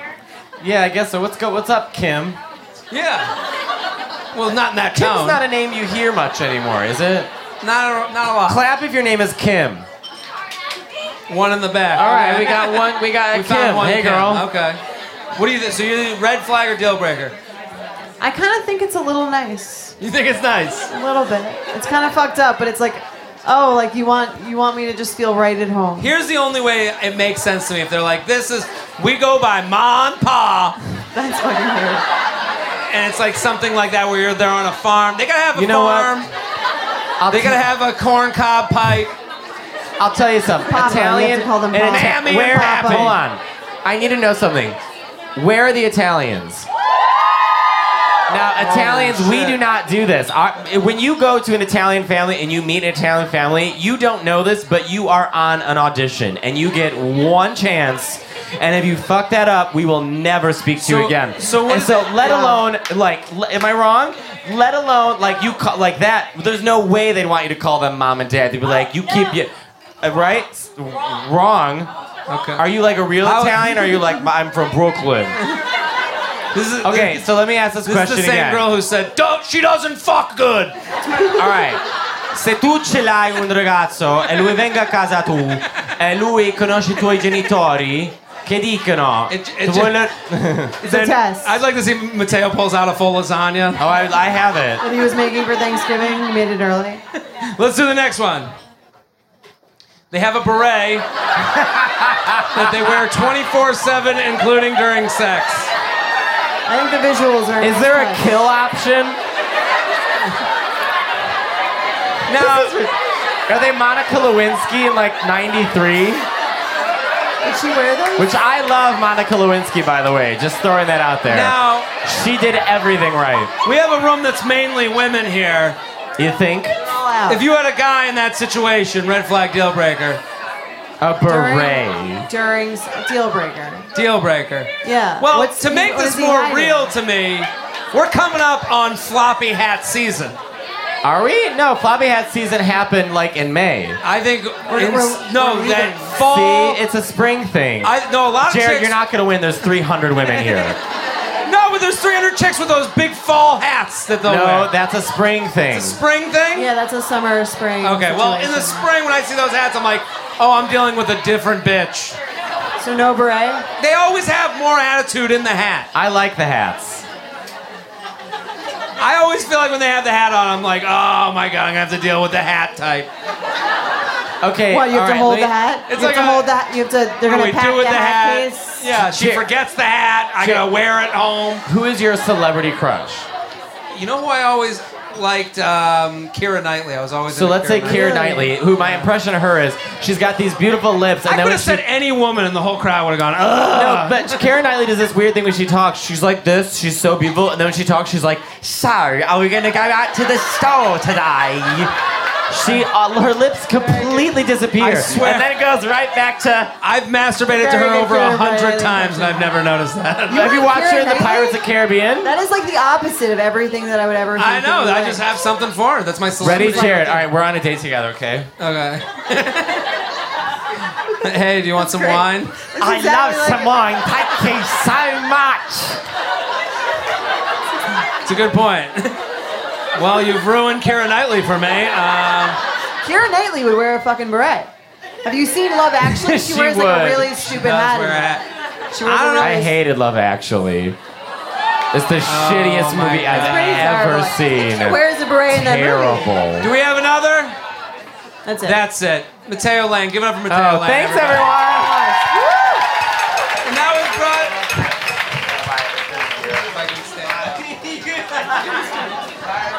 S5: Yeah, I guess so. What's go? What's up, Kim?
S1: Yeah. Well, not in that
S5: Kim's
S1: tone.
S5: not a name you hear much anymore, is it?
S1: not a, not a lot.
S5: Clap if your name is Kim.
S1: One in the back.
S5: All right, we got one. We got a
S1: We
S5: Kim.
S1: found one
S5: hey,
S1: Kim.
S5: girl.
S1: Okay. What do you think? So you red flag or deal breaker?
S2: I kind of think it's a little nice,
S5: You think it's nice?
S2: a little bit. It's kind of fucked up, but it's like, oh, like you want you want me to just feel right at home.
S1: Here's the only way it makes sense to me. If they're like, this is, we go by Ma and Pa,
S2: That's fucking weird.
S1: and it's like something like that where you're there on a farm. They gotta have a
S5: You know what?
S1: farm. They gotta have a corn cob pipe.
S5: I'll tell you something.
S2: Papa, you have
S5: Italian.
S2: to call them
S5: and
S2: Papa.
S5: Ita-
S1: Mammy
S5: where?
S1: and Papa.
S5: Hold on. I need to know something. Where are the Italians? Now,
S2: Oh,
S5: Italians, we
S1: shit.
S5: do not do this. Our, when you go to an Italian family and you meet an Italian family, you don't know this, but you are on an audition and you get one chance. And if you fuck that up, we will never speak to you
S1: So-
S5: again.
S1: so what
S5: and
S1: is
S5: so,
S1: it-
S5: let
S1: yeah.
S5: alone like, le- am I wrong? Let alone like you call like that. There's no way they'd want you to call them mom and dad. They'd be like, you keep you, uh, right? S- Wrong.
S1: Okay.
S5: Are you like a real
S1: How-
S5: Italian? Or are you like I'm from Brooklyn?
S1: This is
S5: Okay, so let me ask this,
S1: This
S5: question
S1: is the same
S5: again.
S1: girl who said, "Don't she doesn't fuck good."
S5: All right. Se tu ce l'hai un ragazzo e lui venga a casa tu e lui conosce i tuoi genitori, che dicono?
S1: It- it
S5: Tu
S1: ju-
S5: vuoi le-
S2: It's a test.
S1: I'd like to see Mateo pulls out a full lasagna.
S5: oh, I, I have it.
S2: What he was making for Thanksgiving, he made it early.
S1: Let's do the next one. They have a beret that they wear 24/7, including during sex.
S2: I think the visuals are.
S5: Is there a
S2: nice.
S5: kill option? Now, are they Monica Lewinsky in like '93?
S2: Did she wear them?
S5: Which I love Monica Lewinsky, by the way. Just throwing that out there.
S1: Now
S5: she did everything right.
S1: we have a room that's mainly women here.
S5: You think?
S2: All out.
S1: If you had a guy in that situation, red flag, deal breaker,
S5: A
S2: During-
S5: beret.
S2: During s- deal breaker.
S1: deal breaker.
S2: Yeah.
S1: Well,
S2: What's
S1: to
S2: he-
S1: make
S2: what
S1: this
S2: is he
S1: more
S2: hiding?
S1: real to me, we're coming up on floppy hat season.
S5: Are we? No, floppy hat season happened like in May.
S1: I think in-
S2: we're-
S1: no
S2: we're
S1: that
S2: leaving. Oh.
S1: fall.
S5: See, it's a spring thing.
S1: I no a lot of
S5: Jared,
S1: chicks.
S5: you're not gonna win. There's 300 women here.
S1: no, but there's 300 chicks with those big fall hats that they'll
S5: no,
S1: wear.
S5: that's a spring thing.
S1: spring thing.
S2: Yeah, that's a summer spring.
S1: Okay, well, in the
S2: situation.
S1: spring when I see those hats, I'm like, oh, I'm dealing with a different bitch.
S2: So no beret.
S1: They always have more attitude in the hat.
S5: I like the hats.
S1: I always feel like when they have the hat on, I'm like, oh my god, I'm gonna have to deal with the hat type.
S5: Okay.
S2: What you have
S5: all
S2: to
S5: right,
S2: hold
S5: let me-
S2: the hat?
S1: it's
S2: you
S1: like
S2: have
S1: a-
S2: to hold that. You have to. They're
S1: What do
S2: gonna
S1: we
S2: pack
S1: do with
S2: the
S1: the hat?
S2: case.
S1: Yeah, she
S5: Jer-
S1: forgets the hat. I
S5: Jer-
S1: gotta wear it home.
S5: Who is your celebrity crush?
S1: You know who I always liked? Um, Kira Knightley. I was always
S5: So
S1: into
S5: let's say Keira
S2: Knightley.
S5: Knightley, who my impression of her is, she's got these beautiful lips, and
S1: I
S5: then
S1: could
S5: when
S1: have
S5: she
S1: said any woman, and the whole crowd would have gone. Ugh.
S5: No, but Karen Knightley does this weird thing when she talks. She's like this. She's so beautiful, and then when she talks, she's like, "So, are we gonna go out to the store today?" She, uh, her lips completely disappear.
S1: I swear.
S5: And then it goes right back to.
S1: I've masturbated to
S2: Very
S1: her
S2: good
S1: over
S2: for
S1: a
S2: everybody,
S1: hundred
S2: ladies
S1: times, and I've never noticed that.
S5: have you
S2: like
S5: watched her in the
S2: Keira Knightley?
S5: Pirates of Caribbean?
S2: That is like the opposite of everything that I would ever.
S1: I
S2: think of
S1: know.
S2: you
S1: I
S2: as.
S1: just have something for her. That's my celebrity.
S5: Ready, Jared? All right, we're on a date together, okay?
S1: Okay. hey, do you want some wine?
S2: That's exactly like-
S5: someone. Thank you so much.
S1: It's a good point. well, you've ruined Karen Knightley for me. Um,
S2: Keira Knightley would wear a fucking beret. Have you seen Love Actually? She,
S5: She
S2: wears like
S5: would.
S2: a really stupid
S1: that's
S2: hat.
S1: where
S2: in
S1: we're
S2: that.
S1: at.
S2: She wears
S1: I don't
S2: a
S1: know.
S5: I
S2: really
S5: hated Love Actually. It's the shittiest
S1: Oh my
S5: movie
S1: God.
S5: I've
S2: Pretty
S5: ever
S2: terrible.
S5: seen.
S2: She wears a beret in that movie.
S5: Terrible.
S1: Do we have another?
S2: That's it.
S1: That's it. Mateo Lang. Give it up for Mateo
S5: Oh,
S1: Lang.
S5: thanks
S1: everybody.
S5: everyone.
S1: And that was brought.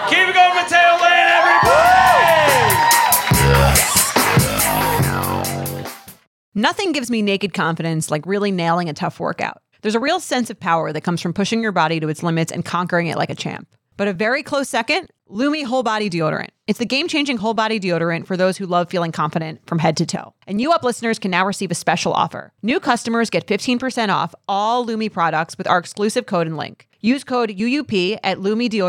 S1: Keep it going, Mateo Lane, everybody!
S3: Nothing gives me naked confidence like really nailing a tough workout. There's a real sense of power that comes from pushing your body to its limits and conquering it like a champ. But a very close second, Lumi Whole Body Deodorant. It's the game changing whole body deodorant for those who love feeling confident from head to toe. And you up listeners can now receive a special offer. New customers get 15% off all Lumi products with our exclusive code and link. Use code UUP at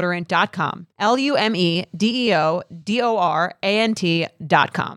S3: lumideodorant.com. L U M E D E O D O R A N T.com.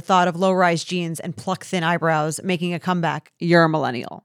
S3: thought of low rise jeans and pluck thin eyebrows making a comeback, you're a millennial.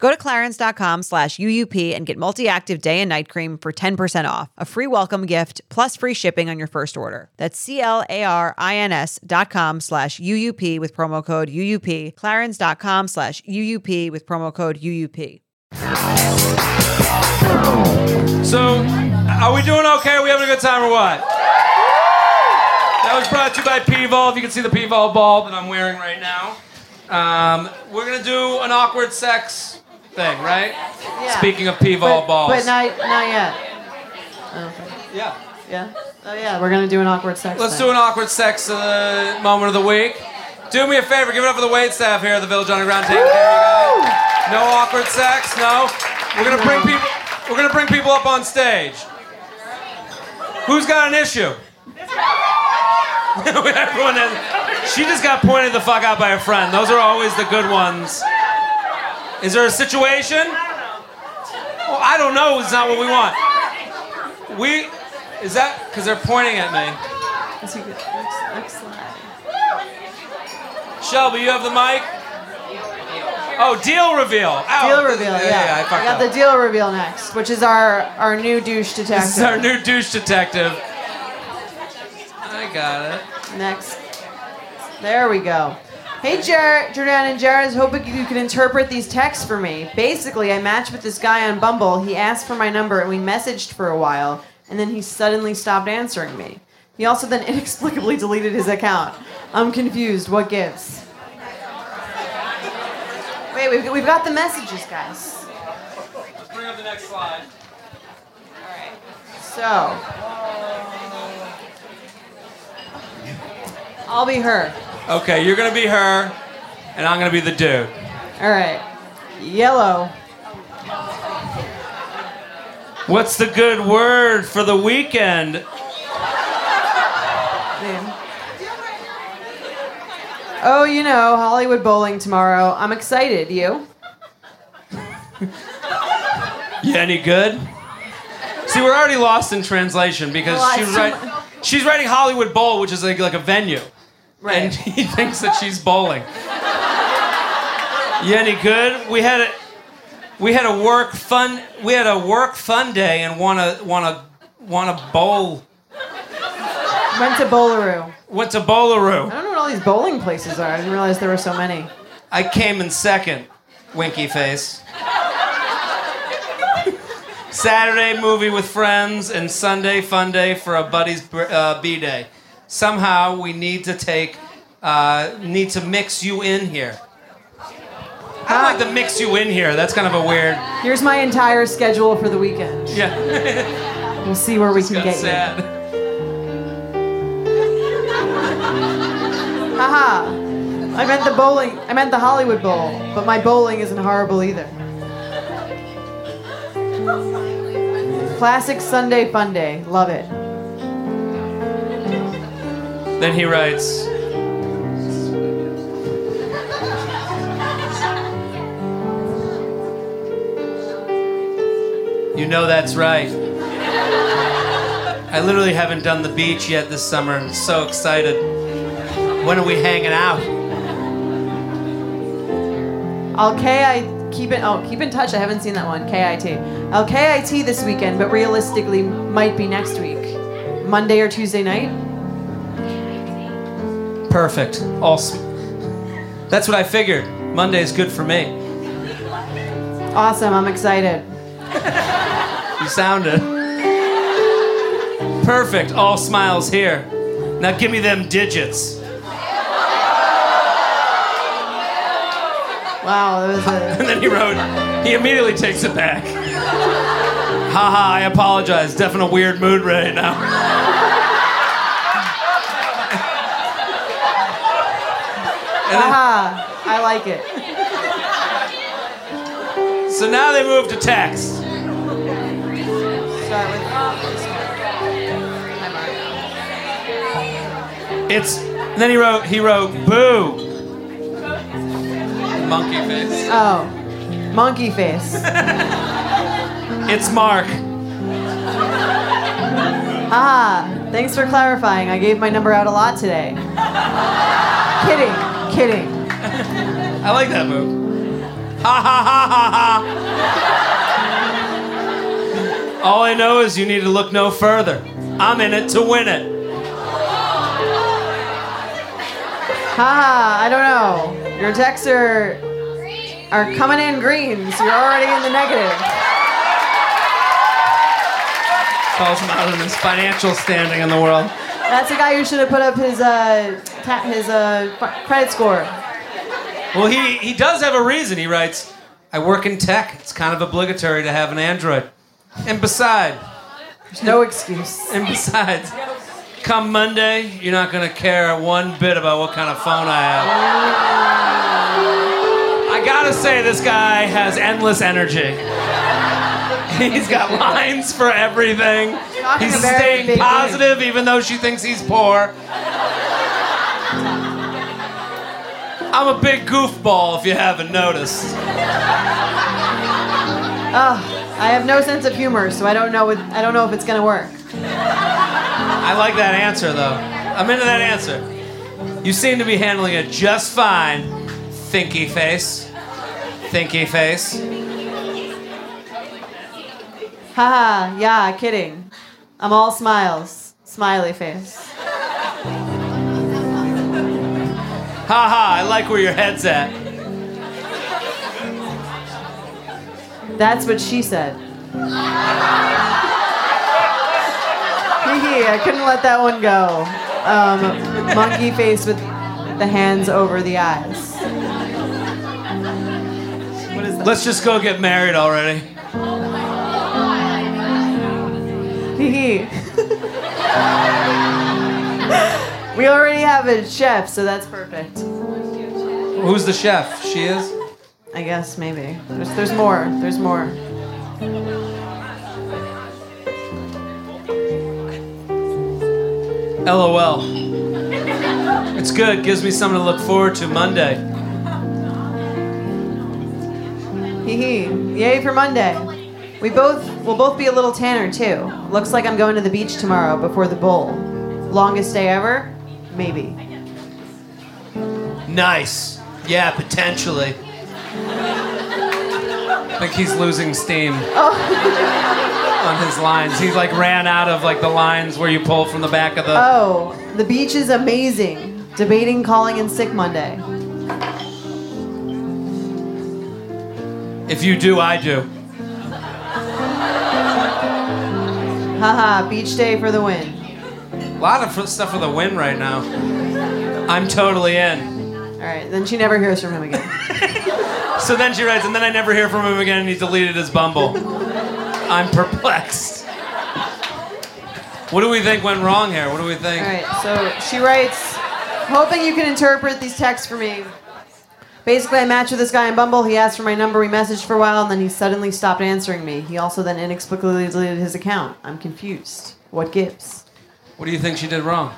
S3: Go to clarins.com slash UUP and get multi active day and night cream for 10% off, a free welcome gift, plus free shipping on your first order. That's C L A R I N S dot com slash UUP with promo code UUP, clarins.com slash UUP with promo code UUP.
S1: So, are we doing okay? Are we having a good time or what? That was brought to you by P-Vol. If you can see the P-Vol ball that I'm wearing right now. Um, we're going to do an awkward sex thing, right? Speaking of P-Vol
S2: but,
S1: balls.
S2: but not not yet.
S1: yeah.
S2: Yeah. Oh yeah, we're gonna do an awkward sex.
S1: Let's do an awkward sex uh, moment of the week. Do me a favor, give it up for the wait staff here at the Village Underground taking care of you guys. No awkward sex, no. We're gonna bring people we're gonna bring people up on stage. Who's got an issue? Everyone has, she just got pointed the fuck out by a friend. Those are always the good ones. Is there a situation? Well, I don't know is not what we want. We is that because they're pointing at me.
S2: Let's do Excellent.
S1: Shelby, you have the mic. Oh, deal reveal. Ow.
S2: Deal reveal, yeah.
S1: Oh, yeah, I
S2: we
S1: fucked
S2: got
S1: up.
S2: the deal reveal next, which is our our new douche detective.
S1: this is our new douche detective. I got it.
S2: Next. There we go. Hey, Jared, Jordan and Jared, I was hoping you could interpret these texts for me. Basically, I matched with this guy on Bumble. He asked for my number, and we messaged for a while, and then he suddenly stopped answering me. He also then inexplicably deleted his account. I'm confused. What gives? Wait, we've, we've got the messages, guys.
S1: Bring up the next slide.
S2: So. I'll be her.
S1: Okay, you're gonna be her, and I'm gonna be the dude.
S2: All right. Yellow.
S1: What's the good word for the weekend?
S2: Name. Oh, you know, Hollywood bowling tomorrow. I'm excited. You?
S1: You any good? See, we're already lost in translation because
S2: Well, I-
S1: she's writing. She's writing Hollywood Bowl, which is like, like a venue, and he thinks that she's bowling. you any good? We had a we had a work fun we had a work fun day and won a won a won a bowl
S2: Went to Bowleroo.
S1: went to Bowlaroo.
S2: I don't know what all these bowling places are. I didn't realize there were so many.
S1: I came in second, winky face. Saturday movie with friends, and Sunday fun day for a buddy's br- uh, b day. Somehow we need to take, uh, need to mix you in here. I like to mix you in here. That's kind of a weird.
S2: Here's my entire schedule for the weekend.
S1: Yeah.
S2: We'll see where we can
S1: Got
S2: get you.
S1: sad.
S2: Haha. I meant the bowling. I meant the Hollywood Bowl, but my bowling isn't horrible either. Classic Sunday fun day. Love it.
S1: Then he writes. You know that's right. I literally haven't done the beach yet this summer. I'm so excited. When are we hanging out?
S2: I'll KI keep it. Oh, keep in touch. I haven't seen that one. KIT. I'll KIT this weekend, but realistically might be next week, Monday or Tuesday night.
S1: Perfect. Awesome. That's what I figured. Monday's good for me.
S2: Awesome. I'm excited.
S1: You sounded. Perfect. All smiles here. Now give me them digits.
S2: Wow, that was a,
S1: And then he wrote, he immediately takes it back. Haha, I apologize. Def in a weird mood right now.
S2: haha. I like it.
S1: So now they move to text.
S2: Start with-
S1: It's and then he wrote he wrote boo. Monkey face.
S2: Oh, monkey face.
S1: It's Mark.
S2: Ah, thanks for clarifying. I gave my number out a lot today. kidding, kidding.
S1: I like that move. Ha ha ha ha ha. All I know is you need to look no further. I'm in it to win it.
S2: Haha, I don't know. Your texts are are coming in greens. You're already in the negative.
S1: Calls him out on his financial standing in the world.
S2: That's a guy who should have put up his uh ta- his uh f- credit score.
S1: Well, he, he does have a reason. He writes, I work in tech. It's kind of obligatory to have an Android. And besides,
S2: There's no excuse.
S1: and besides, come Monday, you're not going to care one bit about what kind of phone I have. I gotta say, this guy has endless energy. He's got lines for everything.
S2: Talking
S1: He's
S2: about the
S1: staying
S2: big
S1: positive, even though she thinks he's poor. I'm a big goofball, if you haven't noticed.
S2: I have no sense of humor, so I don't know what I don't know if it's gonna work.
S1: I like that answer though. I'm into that answer. You seem to be handling it just fine, thinky face. Thinky face.
S2: Haha, yeah, kidding. I'm all smiles. Smiley face.
S1: Haha, I like where your head's at.
S2: That's what she said. Hee hee, I couldn't let that one go. Um, monkey face with the hands over the eyes. What is that?
S1: Let's just go get married already.
S2: Hee hee. We already have a chef, so that's perfect.
S1: Who's the chef? She is?
S2: I guess maybe. There's, there's more. There's more.
S1: LOL. It's good, gives me something to look forward to Monday.
S2: Hee hee. Yay for Monday. We both will both be a little tanner too. Looks like I'm going to the beach tomorrow before the bowl. Longest day ever? Maybe.
S1: Nice. Yeah, potentially. I think he's losing steam on his lines. He like ran out of like the lines where you pull from the back of the
S2: Oh, the beach is amazing. Debating calling in sick Monday.
S1: If you do, I do.
S2: Haha, beach day for the win.
S1: A lot of stuff for the win right now. I'm totally in.
S2: All right, then she never hears from him again.
S1: So then she writes, and then I never hear from him again, and he deleted his Bumble. I'm perplexed. What do we think went wrong here? What do we think?
S2: All right, so she writes, hoping you can interpret these texts for me. Basically, I matched with this guy on Bumble. He asked for my number. We messaged for a while, and then he suddenly stopped answering me. He also then inexplicably deleted his account. I'm confused. What gives?
S1: What do you think she did wrong?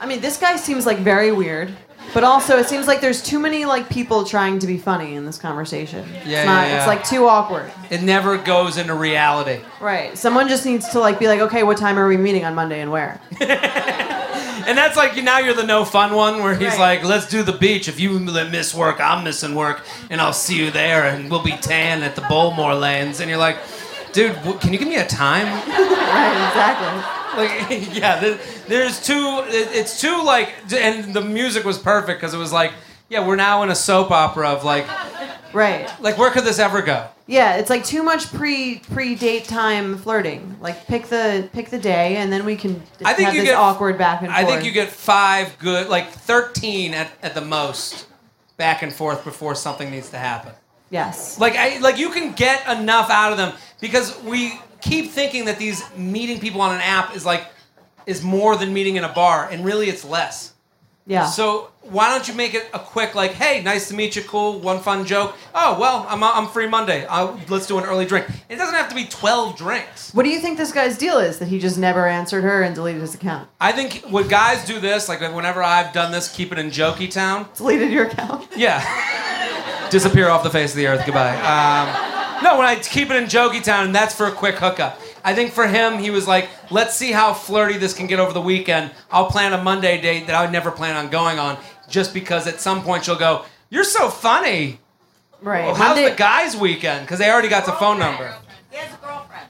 S2: I mean, this guy seems like very weird, but also it seems like there's too many like people trying to be funny in this conversation.
S1: Yeah,
S2: it's, not,
S1: yeah, yeah.
S2: it's like too awkward.
S1: It never goes into reality.
S2: Right. Someone just needs to like be like, okay, what time are we meeting on Monday and where?
S1: And that's like now you're the no fun one where he's
S2: Right.
S1: like, let's do the beach. If you miss work, I'm missing work, and I'll see you there, and we'll be tan at the Bowmore Lanes. And you're like, dude, w- can you give me a time?
S2: right. Exactly.
S1: like yeah there, there's two it- it's two like and the music was perfect because it was like yeah we're now in a soap opera of like
S2: Right.
S1: like where could this ever go
S2: Yeah, it's like too much pre pre date time flirting. Like pick the pick the day, and then we can
S1: I think
S2: have
S1: you
S2: this
S1: get-
S2: awkward back and
S1: i
S2: forth.
S1: think you get five good like 13 at, at the most back and forth before something needs to happen
S2: yes,
S1: like I, like you can get enough out of them because we keep thinking that these meeting people on an app is like is more than meeting in a bar and really it's less
S2: yeah.
S1: So why don't you make it a quick like, hey, nice to meet you, cool, one fun joke. Oh well, I'm I'm free Monday. I'll, let's do an early drink. It doesn't have to be twelve drinks.
S2: what do you think this guy's deal is that he just never answered her and deleted his account?
S1: I think when guys do this, like whenever I've done this, keep it in jokey town.
S2: Deleted your account.
S1: Yeah, disappear off the face of the earth. Goodbye. Um, no, when I keep it in jokey town, and that's for a quick hookup. I think for him, he was like, let's see how flirty this can get over the weekend. I'll plan a Monday date that I would never plan on going on, just because at some point she'll go, you're so funny.
S2: Right.
S1: Well, how's
S2: Monday-
S1: the guys' weekend? Because they already got the phone number.
S8: He has a girlfriend.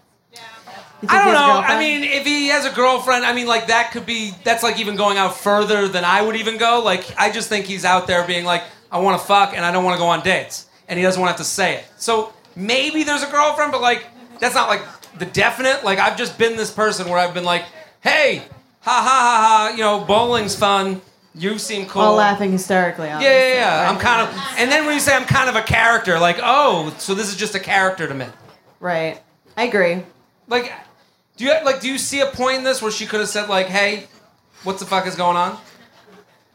S2: You think
S1: I
S2: he
S1: don't
S2: has a
S1: know. I
S2: girlfriend?
S1: mean, if he has a girlfriend, I mean, like that could be. That's like even going out further than I would even go. Like I just think he's out there being like, I want to fuck and I don't want to go on dates, and he doesn't want to have to say it. So maybe there's a girlfriend, but like that's not like the definite. Like I've just been this person where I've been like, hey, ha ha ha ha, you know, bowling's fun. You seem cool.
S2: all laughing hysterically.
S1: Yeah, yeah,
S2: obviously,
S1: yeah.
S2: right?
S1: I'm kind of, and then when you say I'm kind of a character, like, oh, so this is just a character to me.
S2: right. I agree.
S1: Like, do you like do you see a point in this where she could have said like, hey, what the fuck is going on?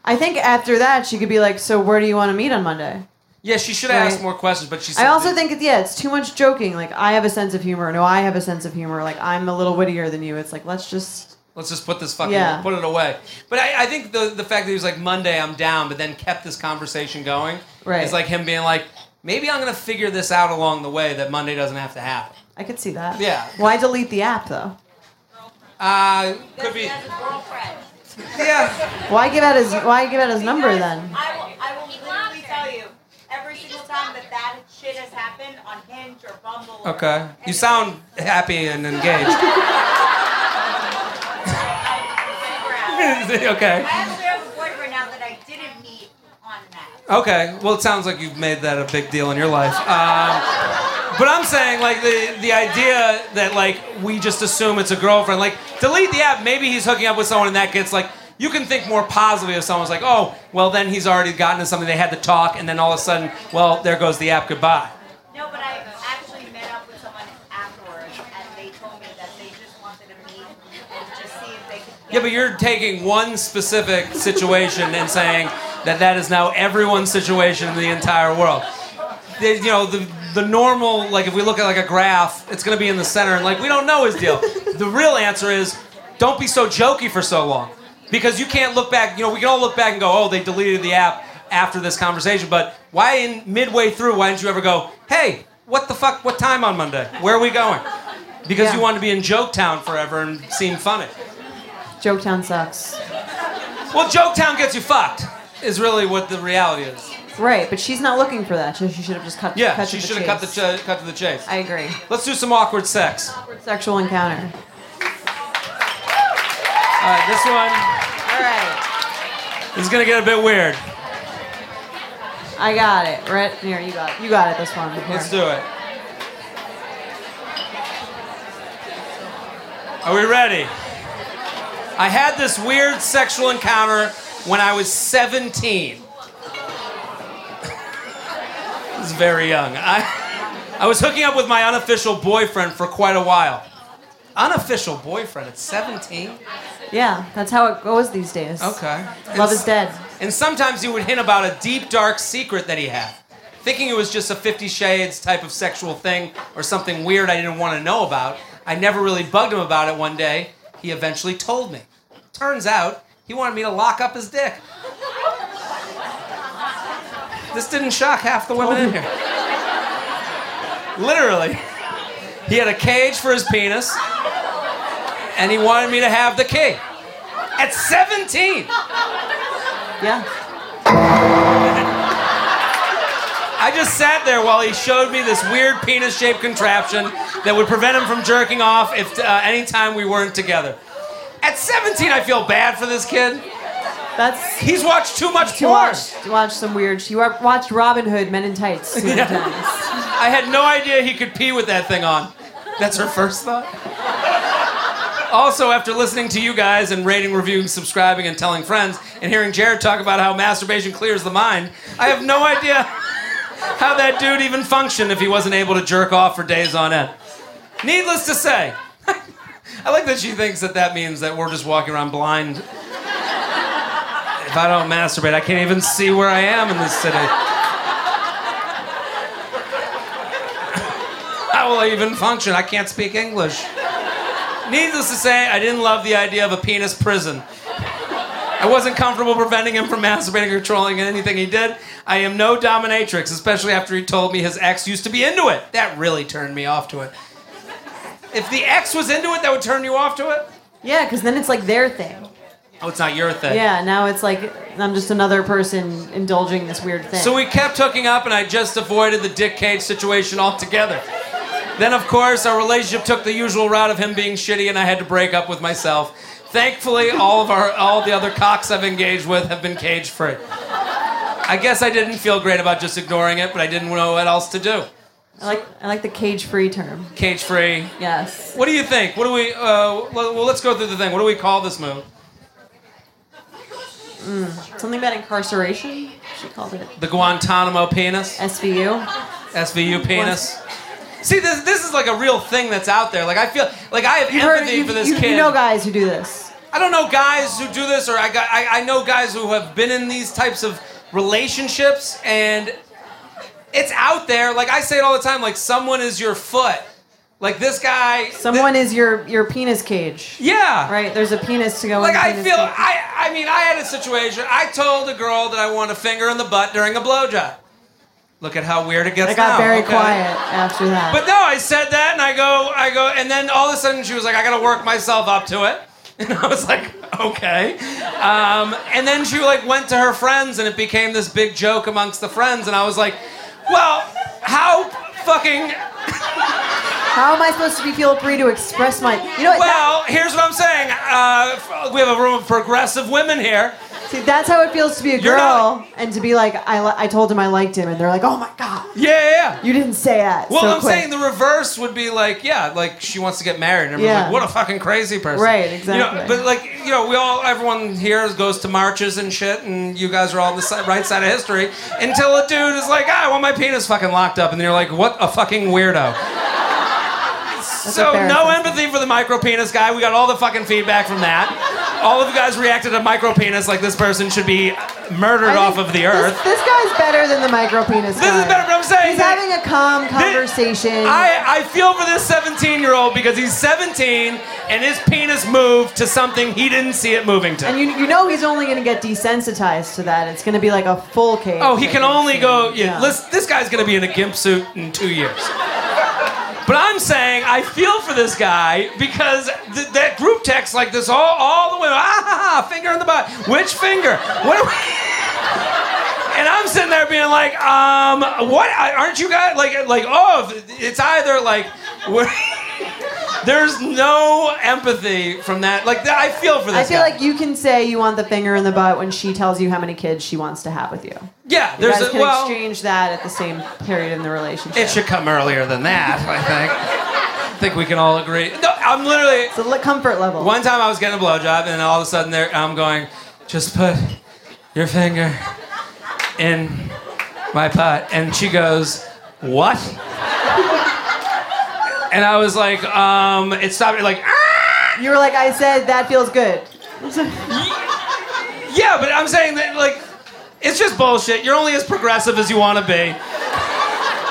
S2: I think after that she could be like, so where do you want to meet on Monday?
S1: Yeah, she should have asked
S2: Right.
S1: more questions, but she. Said,
S2: I also think, it- yeah, it's too much joking. Like, I have a sense of humor. No, I have a sense of humor. Like, I'm a little wittier than you. It's like, let's just.
S1: Let's just put this fucking
S2: Yeah.
S1: put it away. But I, I think the the fact that he was like Monday, I'm down, but then kept this conversation going.
S2: Right.
S1: Is like him being like, maybe I'm gonna figure this out along the way that Monday doesn't have to happen.
S2: I could see that.
S1: Yeah.
S2: Why delete the app, though?
S1: Uh, could be.
S8: He has a girlfriend.
S1: Yeah.
S2: Why give out his Why give out his number then?
S8: I will, I will literally tell you every single time that that shit has happened on Hinge or Bumble. or-
S1: Okay. You sound happy and engaged. okay.
S8: I actually have a boyfriend now that I didn't meet on that.
S1: Okay. Well, it sounds like you've made that a big deal in your life. Um, but I'm saying, like, the, the idea that, like, we just assume it's a girlfriend. Like, delete the app. Maybe he's hooking up with someone and that gets, like, you can think more positively of someone's like, oh, well, then he's already gotten to something. They had to talk, and then all of a sudden, well, there goes the app. Goodbye.
S8: No, but I actually met up with someone afterwards, and they told me that they just wanted to meet and just see if they could. Get
S1: Yeah, but you're taking one specific situation and saying that that is now everyone's situation in the entire world. The- you know, the the normal like if we look at like a graph, it's gonna be in the center, and like we don't know his deal. The real answer is, don't be so jokey for so long, because you can't look back. You know, we can all look back and go, oh, they deleted the app after this conversation, but why in midway through, why didn't you ever go, hey, what the fuck, what time on Monday? Where are we going? Because
S2: Yeah.
S1: you wanted to be in joke town forever and seem funny.
S2: Joketown sucks.
S1: Well, Joketown gets you fucked, is really what the reality is.
S2: Right, but she's not looking for that. So she should have just cut.
S1: Yeah,
S2: cut
S1: she
S2: to the
S1: should have cut the
S2: chase.
S1: ch- cut to the chase.
S2: I agree.
S1: Let's do some awkward sex.
S2: Sexual encounter.
S1: All right, this one
S2: All right,
S1: is gonna get a bit weird.
S2: I got it. Right here, you got it. You got it. This one. Here.
S1: Let's do it. Are we ready? I had this weird sexual encounter when I was 17. I was very young. I, I was hooking up with my unofficial boyfriend for quite a while. Unofficial boyfriend at 17?
S2: Yeah, that's how it goes these days.
S1: Okay.
S2: Love is dead.
S1: And sometimes he would hint about a deep, dark secret that he had, thinking it was just a Fifty Shades type of sexual thing or something weird I didn't want to know about. I never really bugged him about it one day. He eventually told me. Turns out, he wanted me to lock up his dick. This didn't shock half the women in here. Literally. He had a cage for his penis, and he wanted me to have the key. At 17!
S2: Yeah.
S1: I just sat there while he showed me this weird penis-shaped contraption that would prevent him from jerking off if uh, any time we weren't together. At 17, I feel bad for this kid.
S2: That's
S1: He's watched too much
S2: to
S1: porn.
S2: watch, to watch some weird. You wa- watched Robin Hood, Men in Tights. too many
S1: Yeah.
S2: times.
S1: I had no idea he could pee with that thing on. That's her first thought. Also, after listening to you guys and rating, reviewing, subscribing, and telling friends, and hearing Jared talk about how masturbation clears the mind, I have no idea how that dude even functioned if he wasn't able to jerk off for days on end. Needless to say, I like that she thinks that that means that we're just walking around blind. If I don't masturbate, I can't even see where I am in this city. How will I even function? I can't speak English. Needless to say, I didn't love the idea of a penis prison. I wasn't comfortable preventing him from masturbating or controlling anything he did. I am no dominatrix, especially after he told me his ex used to be into it. That really turned me off to it. If the ex was into it, that would turn you off to it?
S2: Yeah, because then it's like their thing.
S1: Oh, it's not your thing.
S2: Yeah, now it's like I'm just another person indulging this weird thing.
S1: So we kept hooking up, and I just avoided the Dick Cage situation altogether. Then, of course, our relationship took the usual route of him being shitty, and I had to break up with myself. Thankfully, all of our all the other cocks I've engaged with have been cage free. I guess I didn't feel great about just ignoring it, but I didn't know what else to do.
S2: I like I like the cage-free term.
S1: Cage free.
S2: Yes.
S1: What do you think? What do we? Uh, well, well, let's go through the thing. What do we call this move?
S2: Something about incarceration. She called it
S1: The Guantanamo penis.
S2: SVU.
S1: SVU penis. See, this this is like a real thing that's out there. Like I feel like I have
S2: You heard
S1: empathy
S2: it. You,
S1: for this
S2: you,
S1: kid.
S2: you know guys who do this.
S1: I don't know guys who do this, or I got I, I know guys who have been in these types of relationships, and it's out there. Like I say it all the time. Like someone is your foot. Like this guy.
S2: Someone is your your penis cage.
S1: Yeah.
S2: Right. There's a penis to go.
S1: Like
S2: in the
S1: I
S2: penis
S1: feel
S2: cage.
S1: I I mean I had a situation. I told a girl that I wanted a finger in the butt during a blowjob. Look at how weird it gets.
S2: I got
S1: now,
S2: very
S1: okay?
S2: quiet after that.
S1: But no, I said that, and I go, I go, and then all of a sudden she was like, I gotta work myself up to it, and I was like, okay. Um, and then she like went to her friends, and it became this big joke amongst the friends, and I was like, well, how fucking
S2: How am I supposed to be feel free to express my? You know what? that-
S1: well? Here's what I'm saying. Uh, we have a room of progressive women here.
S2: see, that's how it feels to be a
S1: You're
S2: girl
S1: not-
S2: and to be like, I, li- I told him I liked him, and they're like, oh my god,
S1: Yeah, yeah. yeah.
S2: you didn't say that.
S1: Well,
S2: so
S1: I'm
S2: quick.
S1: saying the reverse would be like, yeah, like she wants to get married, and everyone's
S2: Yeah.
S1: like, what a fucking crazy person.
S2: Right,
S1: You know,
S2: exactly.
S1: but like, you know, we all, everyone here goes to marches and shit, and you guys are all on the si- right side of history until a dude is like, ah, I want my penis fucking locked up, and you're like, what a fucking weirdo. so no
S2: embarrassing.
S1: empathy for the micro penis guy. We got all the fucking feedback from that. All of you guys reacted to micro penis like this person should be murdered
S2: I
S1: off
S2: think
S1: of the
S2: this-
S1: earth.
S2: This, guy's better than the micro penis.
S1: This is better what I'm saying.
S2: He's having a calm conversation.
S1: I, I feel for this 17 year old because he's 17 and his penis moved to something he didn't see it moving to.
S2: and you, you know he's only going to get desensitized to that. It's going to be like a full cage.
S1: oh, he
S2: I
S1: can
S2: think,
S1: only
S2: soon.
S1: go. Yeah, Listen, this guy's gonna be in a gimp suit in two years. But I'm saying I feel for this guy because th- that group text like this all all the way. Ah, ha, ha, finger in the butt. Which finger? What? Are we? And I'm sitting there being like, um, what? Aren't you guys like like? Oh, it's either like. We're, there's no empathy from that. Like I feel for this.
S2: I feel
S1: guy.
S2: like you can say you want the finger in the butt when she tells you how many kids she wants to have with you.
S1: yeah.
S2: You
S1: There's
S2: guys
S1: a,
S2: can
S1: well.
S2: exchange that at the same period in the relationship.
S1: It should come earlier than that, I think. I think we can all agree. No, I'm literally.
S2: It's a li- comfort level.
S1: One time I was getting a blowjob, and all of a sudden there, I'm going, just put your finger in my pot. And she goes, what? And I was like, um, it stopped. Like, ah!
S2: You were like, I said that feels good.
S1: yeah, but I'm saying that like, it's just bullshit. You're only as progressive as you want to be.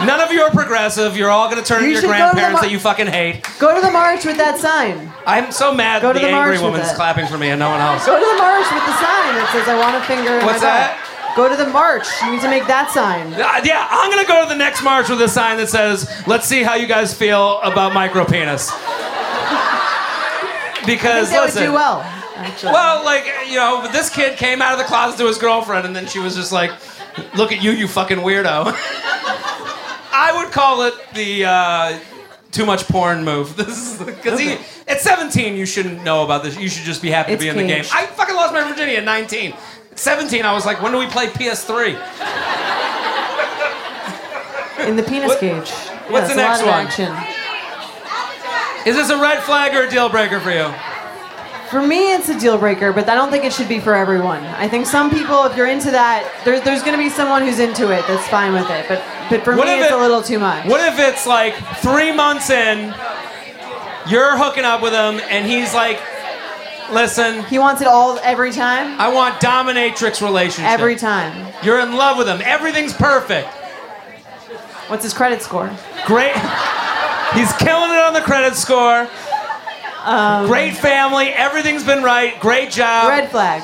S1: None of you are progressive. You're all gonna turn
S2: You
S1: into your
S2: should go to the
S1: grandparents
S2: mar-
S1: that you fucking hate.
S2: Go to the march with that sign.
S1: I'm so mad
S2: Go to
S1: the,
S2: the march
S1: angry
S2: with
S1: woman's
S2: it.
S1: clapping for me and no one else. Uh,
S2: Go to the march with the sign that says I want a finger in
S1: What's
S2: my butt."
S1: that?
S2: Go to the march. You need to make that sign.
S1: Uh, yeah, I'm gonna go to the next march with a sign that says, "Let's see how you guys feel about micropenis." Because
S2: That would
S1: listen,
S2: do well. Actually.
S1: well, like you know, but this kid came out of the closet to his girlfriend, and then she was just like, "Look at you, you fucking weirdo." I would call it the uh, too much porn move. This is because he at 17 you shouldn't know about this. You should just be happy
S2: It's
S1: to be in the game.
S2: caged.
S1: I fucking lost my virginity at 19. At 17 I was like, when do we play PS3?
S2: in the penis cage.
S1: what's the
S2: Yeah, it's
S1: next
S2: a
S1: one?
S2: lot Of action.
S1: Is this a red flag or a deal breaker for you?
S2: For me, it's a deal breaker, but I don't think it should be for everyone. I think some people, if you're into that, there's there's going to be someone who's into it that's fine with it. But but for
S1: What
S2: me,
S1: if
S2: it's
S1: it-
S2: a little too much.
S1: What if it's like three months in, you're hooking up with him, and he's like, listen,
S2: he wants it all every time.
S1: I want dominatrix relationship.
S2: Every time.
S1: You're in love with him. Everything's perfect.
S2: What's his credit score?
S1: Great. He's killing it on the credit score.
S9: Um,
S1: Great family. Everything's been right. Great job.
S2: Red flag.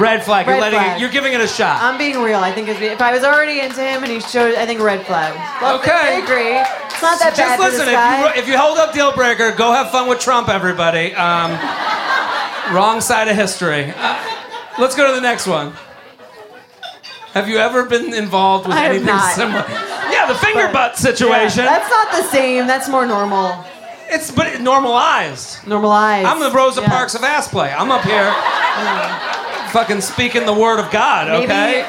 S1: Red flag. You're
S2: Red
S1: letting
S2: flag.
S1: It, you're giving it a shot.
S9: Um,
S2: I'm being real. I think it's, if I was already into him and he showed, I think red flag. Well,
S1: Okay.
S2: I agree. It's not that
S1: Just
S2: bad for
S1: listen. If you,
S2: this guy.
S1: if you hold up deal breaker, go have fun with Trump, everybody. Um, wrong side of history. Uh, let's go to the next one. Have you ever been involved with
S2: I have
S1: anything
S2: not.
S1: similar? Yeah, the finger butt
S2: Yeah,
S1: situation.
S2: that's not the same. That's more normal.
S1: it's but it normalized.
S2: Normalized.
S1: I'm the Rosa
S2: Yeah.
S1: Parks of ass play. I'm up here, fucking speaking the word of God.
S2: Maybe-
S1: Okay,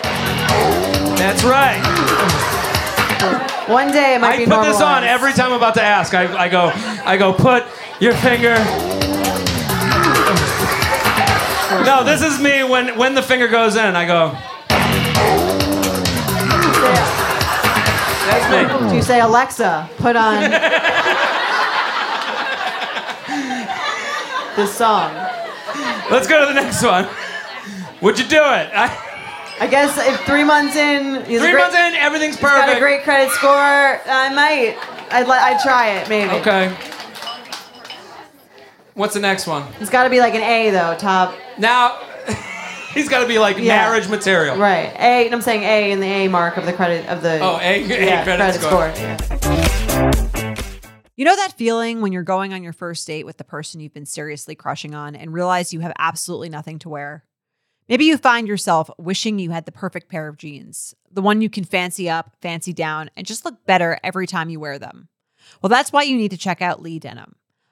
S1: that's right.
S2: One day it might
S1: I
S2: be
S1: put this on
S2: normalized.
S1: every time I'm about to ask. I, I go, I go, put your finger. No, this is me when when the finger goes in. I go. That's me.
S2: Do you say Alexa, put on this song?
S1: Let's go to the next one. Would you do it? I,
S2: I guess if three months in, he's a
S1: three
S2: great,
S1: months in, everything's
S2: got a
S1: perfect.
S2: great credit score. I might. I'd let, I'd try it maybe.
S1: Okay. What's the next one?
S2: It's got to be like an A though, top
S1: Now, he's got to be like
S2: Yeah.
S1: marriage material.
S2: right. A, and I'm saying A in the A mark of the credit of the
S1: Oh, A, A
S2: yeah,
S1: credit, score.
S3: You know that feeling when you're going on your first date with the person you've been seriously crushing on and realize you have absolutely nothing to wear? Maybe you find yourself wishing you had the perfect pair of jeans, the one you can fancy up, fancy down, and just look better every time you wear them. Well, that's why you need to check out Lee Denim.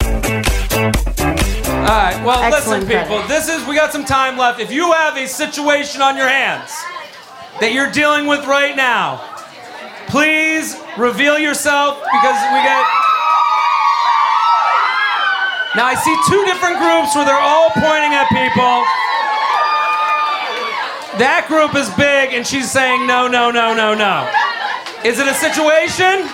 S1: All right. Well,
S2: Excellent
S1: listen, people.
S2: credit.
S1: This is we got some time left. If you have a situation on your hands that you're dealing with right now, please reveal yourself because we got. Now I see two different groups where they're all pointing at people. That group is big, and she's saying no, no, no, no, no. Is it a situation?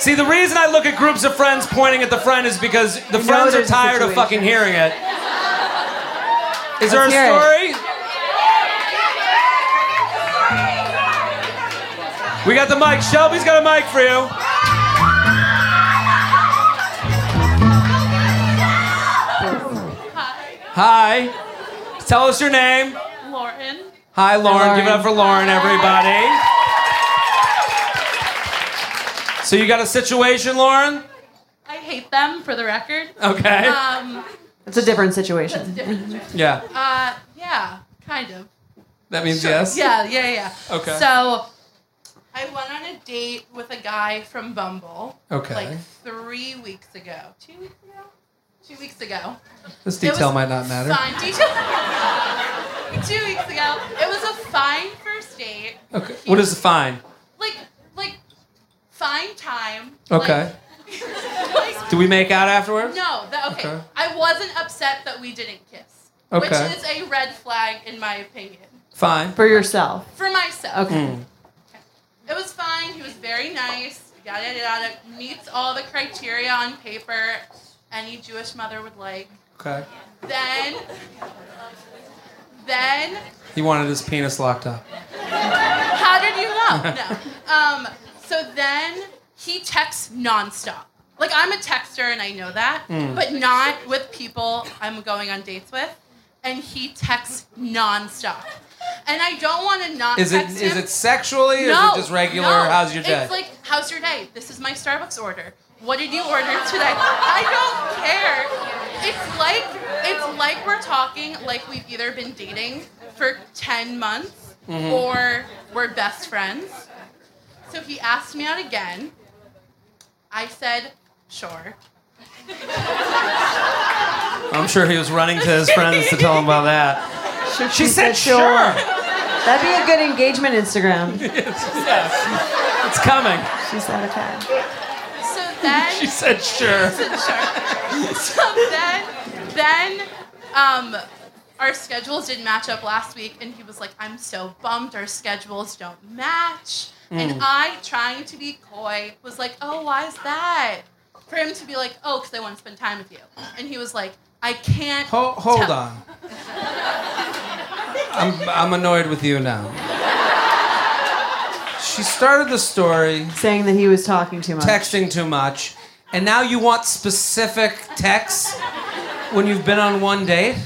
S1: See, the reason I look at groups of friends pointing at the friend is because the
S2: know
S1: friends are
S2: there's a
S1: tired of
S2: situation.
S1: fucking hearing it. Is there a
S2: Let's hear
S1: story?
S2: it.
S1: We got the mic. Shelby's got a mic for you. Hi. Tell us your name.
S10: Lauren.
S1: Hi, Lauren.
S2: Lauren.
S1: Give it up for Lauren, everybody. So you got a situation, Lauren?
S10: I hate them for the record.
S1: Okay.
S10: Um,
S2: It's a different situation.
S10: different.
S1: yeah.
S10: Uh, yeah, kind of.
S1: That means yes.
S10: Yeah, yeah, yeah.
S1: Okay.
S10: So I went on a date with a guy from Bumble.
S1: Okay.
S10: Like three weeks ago. Two weeks ago? Two weeks ago.
S1: this
S10: It
S1: detail
S10: was
S1: might not matter.
S10: Fine. Detail. Two weeks ago. It was a fine first date.
S1: Okay. What is the fine?
S10: Like, like, fine time.
S1: Okay.
S10: Like, like,
S1: Do we make out afterwards?
S10: No, that, okay.
S1: Okay.
S10: I wasn't upset that we didn't kiss, which
S1: Okay.
S10: is a red flag in my opinion
S1: Fine.
S2: For yourself.
S10: for myself.
S2: Okay.
S1: Hmm.
S10: It was fine. He was very nice. Yada yada yada. Meets all the criteria on paper any Jewish mother would like.
S1: Okay.
S10: Then, then
S1: He wanted his penis locked up.
S10: How did you know? No. Um, so then he texts nonstop. Like I'm a texter and I know that, but not with people I'm going on dates with. And he texts nonstop. And I don't want to not
S1: Is it
S10: text
S1: is
S10: him.
S1: it sexually? Or
S10: no,
S1: is it just regular?
S10: no.
S1: How's your day?
S10: It's like, how's your day? This is my Starbucks order. What did you order today? I don't care. It's like it's like we're talking like we've either been dating for ten months
S1: Mm-hmm.
S10: or we're best friends. So he asked me out again. I said, sure.
S1: I'm sure he was running to his friends to tell him about that.
S2: She, said, That'd be a good engagement Instagram.
S1: It's coming.
S2: She's out of time.
S10: So then
S1: She said sure.
S10: so then, then, um, our schedules didn't match up last week, and he was like, "I'm so bummed. Our schedules don't match." And I, trying to be coy, was like, "Oh, why is that?" For him to be like, "Oh, because I want to spend time with you," and he was like, "I can't."
S1: Ho- hold
S10: tell."
S1: on. I'm I'm annoyed with you now. She started the story
S2: Saying that he was talking too much.
S1: texting too much, and now you want specific texts when you've been on one date?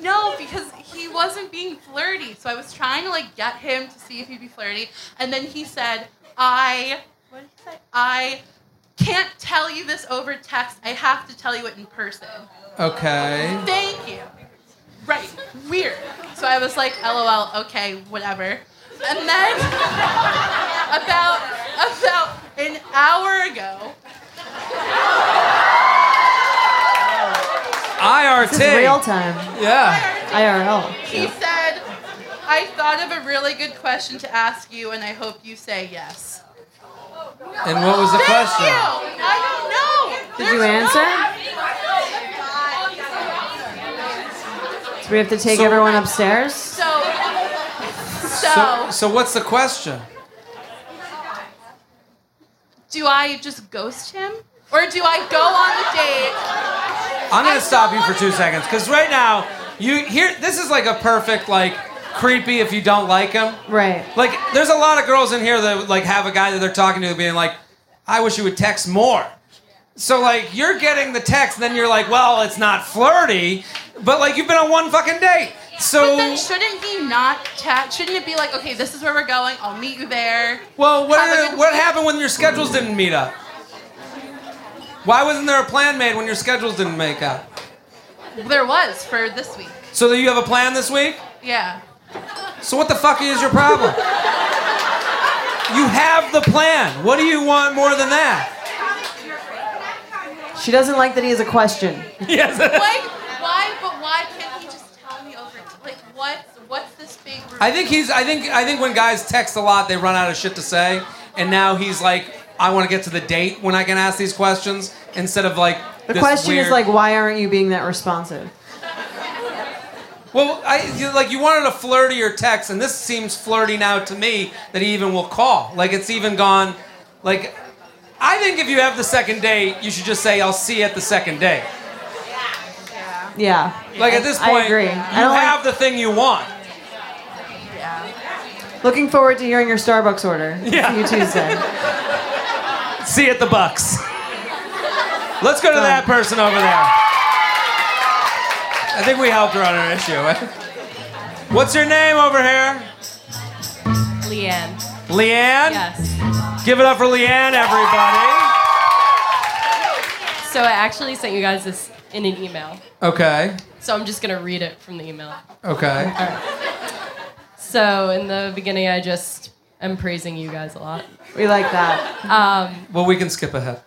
S10: No, because he wasn't being flirty. So I was trying to like get him to see if he'd be flirty, and then he said, "I what did he say? I can't tell you this over text. I have to tell you it in person."
S1: Okay.
S10: Thank you. Right. Weird. So I was like, "LOL. Okay, whatever." And then about about an hour ago,
S1: IRT.
S2: This is real time.
S1: Yeah.
S2: IRL.
S10: he said, "I thought of a really good question to ask you, and I hope you say yes."
S1: And what was the
S10: Thank
S1: question?
S10: you. I don't know.
S2: Did you answer? So we have to take
S1: So-
S2: everyone upstairs?
S10: So,
S1: So,
S10: so,
S1: so what's the question?
S10: do I just ghost him, or do I go on the date?
S1: I'm gonna stop you for two seconds because right now you here. This is like a perfect like creepy if you don't like him.
S2: Right.
S1: Like there's a lot of girls in here that like have a guy that they're talking to being like, I wish you would text more. So like you're getting the text, and then you're like, well, it's not flirty, but like you've been on one fucking date.
S10: But
S1: So
S10: then shouldn't he not chat? Shouldn't it be like, okay, this is where we're going. I'll meet you there.
S1: well, what
S10: have a
S1: did-
S10: good
S1: what
S10: week.
S1: happened when your schedules didn't meet up? Why wasn't there a plan made when your schedules didn't make up?
S10: There was for this week.
S1: So that you have a plan this week?
S10: Yeah.
S1: So what the fuck is your problem? You have the plan. What do you want more than that?
S2: She doesn't like that he has a question.
S1: Yes.
S10: Like, why? But why can't he just tell me over? Like, what's what's this big?
S1: I think he's. I think. I think when guys text a lot, they run out of shit to say, and now he's like, I want to get to the date when I can ask these questions instead of like.
S2: The
S1: this
S2: question is
S1: weird-
S2: like, why aren't you being that responsive?
S1: Well, I you- like you wanted a flirtier text, and this seems flirty now to me that he even will call. Like it's even gone. Like, I think if you have the second date, you should just say, "I'll see you at the second date."
S2: Yeah.
S1: Like at this
S2: I
S1: point,
S2: agree.
S1: you
S2: I don't like-
S1: have the thing you want.
S2: Looking forward to hearing your Starbucks order.
S1: Yeah.
S2: See you Tuesday.
S1: See you at the Bucks. Let's go to that person over there. I think we helped her on her issue. What's your name over here?
S9: Leanne.
S1: Leanne?
S9: Yes.
S1: Give it up for Leanne, everybody.
S9: So I actually sent you guys this in an email.
S5: Okay.
S9: So I'm just gonna read it from the email.
S5: Okay.
S9: So in the beginning, I just am praising you guys a lot.
S2: We like that.
S9: Um,
S5: Well, we can skip ahead.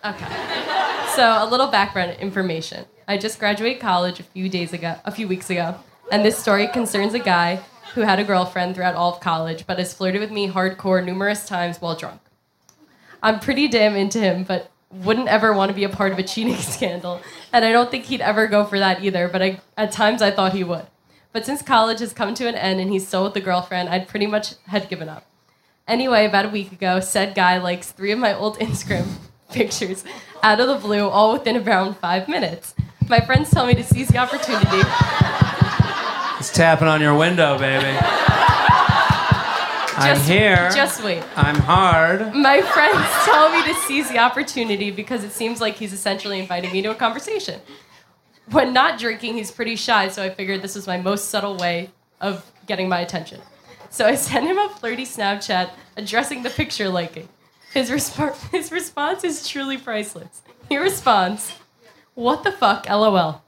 S9: So, a little background information. I just graduated college a few days ago, a few weeks ago, and this story concerns a guy who had a girlfriend throughout all of college, but has flirted with me hardcore numerous times while drunk. I'm pretty damn into him, but wouldn't ever want to be a part of a cheating scandal, and I don't think he'd ever go for that either. But I, at times, I thought he would. But since college has come to an end and he's still with the girlfriend, I'd pretty much had given up. Anyway, about a week ago, said guy likes three of my old Instagram pictures out of the blue, all within around five minutes. My friends tell me to seize the opportunity.
S1: It's tapping on your window, baby.
S9: I'm Just-
S1: here.
S9: Just wait.
S1: I'm hard.
S9: My friends tell me to seize the opportunity because it seems like he's essentially inviting me to a conversation. When not drinking, he's pretty shy, so I figured this was my most subtle way of getting my attention. So I sent him a flirty Snapchat addressing the picture liking. His, resp- his response is truly priceless. He responds, What the fuck, lol.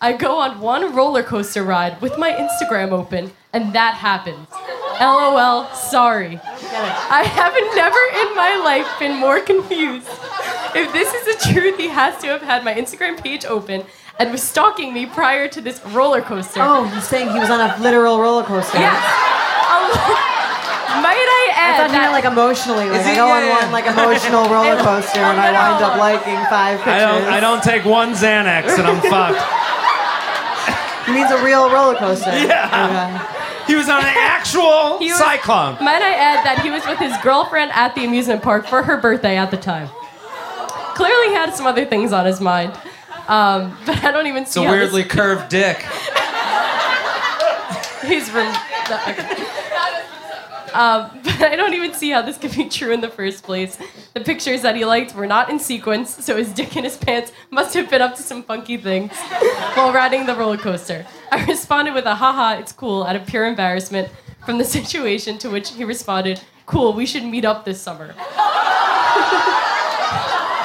S9: I go on one roller coaster ride with my Instagram open, and that happens. LOL, sorry. I have never in my life been more confused. If this is the truth, he has to have had my Instagram page open and was stalking me prior to this roller coaster.
S2: Oh, he's saying he was on a literal roller coaster.
S9: Yes. Um, might I
S2: I
S9: add
S2: thought you
S9: that
S2: meant like emotionally. Like
S5: he-
S2: I go on
S5: yeah, yeah.
S2: one like emotional roller coaster and I wind up liking five pictures.
S1: I don't, I don't take one Xanax and I'm fucked.
S2: He means a real roller coaster. Yeah.
S1: He was on an actual
S9: He was-
S1: cyclone.
S9: Might I add that he was with his girlfriend at the amusement park for her birthday at the time. Clearly, he had some other things on his mind, um, but I don't even
S5: It's a
S9: see. how this-
S5: weirdly curved dick.
S9: He's from. no, okay. Um, but I don't even see how this could be true in the first place. The pictures that he liked were not in sequence, so his dick in his pants must have been up to some funky things while riding the roller coaster. I responded with a haha, it's cool, out of pure embarrassment from the situation, to which he responded, cool, we should meet up this summer.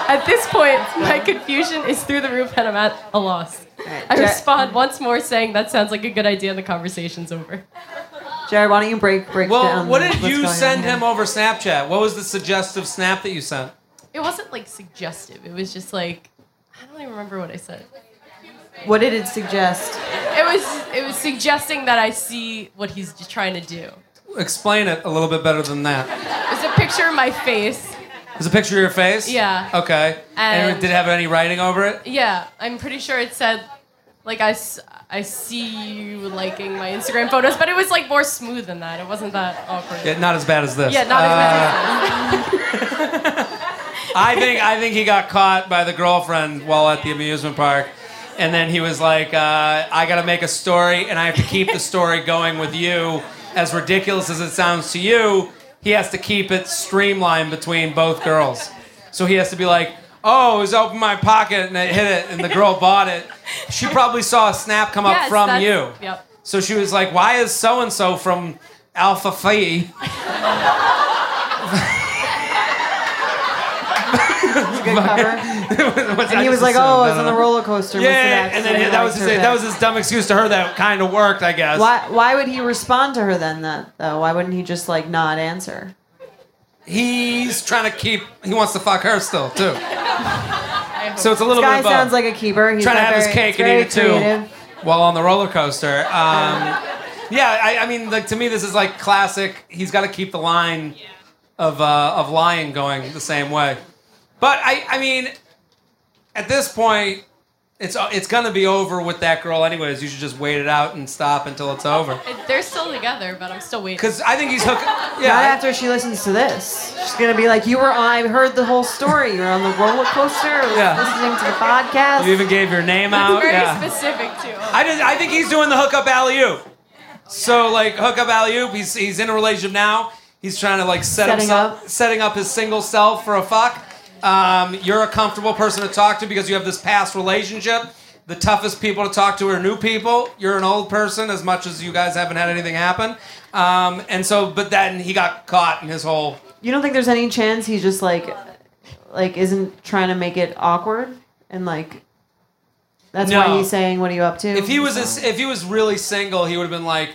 S9: At this point, my confusion is through the roof and I'm at a loss. I
S2: Jer-
S9: respond once more saying, that sounds like a good idea, and the conversation's over.
S2: Jared, why don't you break break
S5: Well,
S2: down?
S5: what did
S2: what's
S5: you
S2: going on
S5: send
S2: here?
S5: him over Snapchat? What was the suggestive snap that you sent?
S9: It wasn't like suggestive. It was just like I don't even remember what I said.
S2: What did it suggest?
S9: It was it was suggesting that I see what he's j- trying to do.
S5: Explain it a little bit better than that.
S9: It was a picture of my face.
S5: There's a picture of your face?
S9: Yeah.
S5: Okay. And,
S9: And-
S5: did it have any writing over it?
S9: Yeah, I'm pretty sure it said like I, s- I see you liking my Instagram photos, but it was like more smooth than that. It wasn't that awkward.
S5: Yeah, not as bad as this. Uh,
S9: Yeah, not as bad. as
S5: I think I think he got caught by the girlfriend while at the amusement park, and then he was like, uh, "I got to make a story, and I have to keep the story going with you." As ridiculous as it sounds to you, he has to keep it streamlined between both girls. So he has to be like, "Oh, it was open my pocket and it hit it, and the girl bought it." She probably saw a snap come
S9: Yes,
S5: up from
S9: that's-
S5: you.
S9: Yep.
S5: So she was like, "Why is so and so from Alpha Phi?"
S2: It's a good cover. And he was like, "Oh, I was on the roller coaster."
S5: Yeah,
S2: missed an
S5: and then
S2: accident,
S5: that was
S2: liked
S5: his,
S2: her pic."
S5: that was his dumb excuse to her that kind of worked, I guess.
S2: Why? Why would he respond to her then? That though, why wouldn't he just like not answer?
S5: He's trying to keep. He wants to fuck her still too. so it's a little
S2: This
S5: bit
S2: guy
S5: of both.
S2: sounds like a keeper. He's
S5: trying to
S2: not
S5: have his
S2: very-
S5: cake
S2: he's very
S5: and eat it
S2: creative.
S5: too while on the roller coaster. Um, yeah, I, I mean, like to me, this is like classic. He's got to keep the line of uh, of lying going the same way. But I, I mean, at this point, it's uh, it's gonna be over with that girl anyways. You should just wait it out and stop until it's over.
S9: It- They're still together, but I'm still waiting.
S5: Because I think he's hooking.
S2: Not
S5: Yeah,
S2: after she listens to this. She's gonna be like, "You were. on- I heard the whole story. You were on the roller coaster. I was
S5: Yeah.
S2: Listening to the podcast.
S1: You even gave your name
S9: It's
S1: out.
S9: very
S1: yeah.
S9: specific too.
S4: oh.
S5: I just, I think he's doing the hookup alley oop. So like hookup alley oop. He's he's in a relationship now. He's trying to like set
S2: Setting
S5: himself, setting up his single self for a fuck. Um, you're a comfortable person to talk to because you have this past relationship. The toughest people to talk to are new people. You're an old person as much as you guys haven't had anything happen. Um, and so, but then he got caught in his whole.
S2: You don't think there's any chance he's just like, like isn't trying to make it awkward and like, that's
S5: No.
S2: why he's saying, "What are you up to?"
S5: If he was a, if he was really single, he would have been like,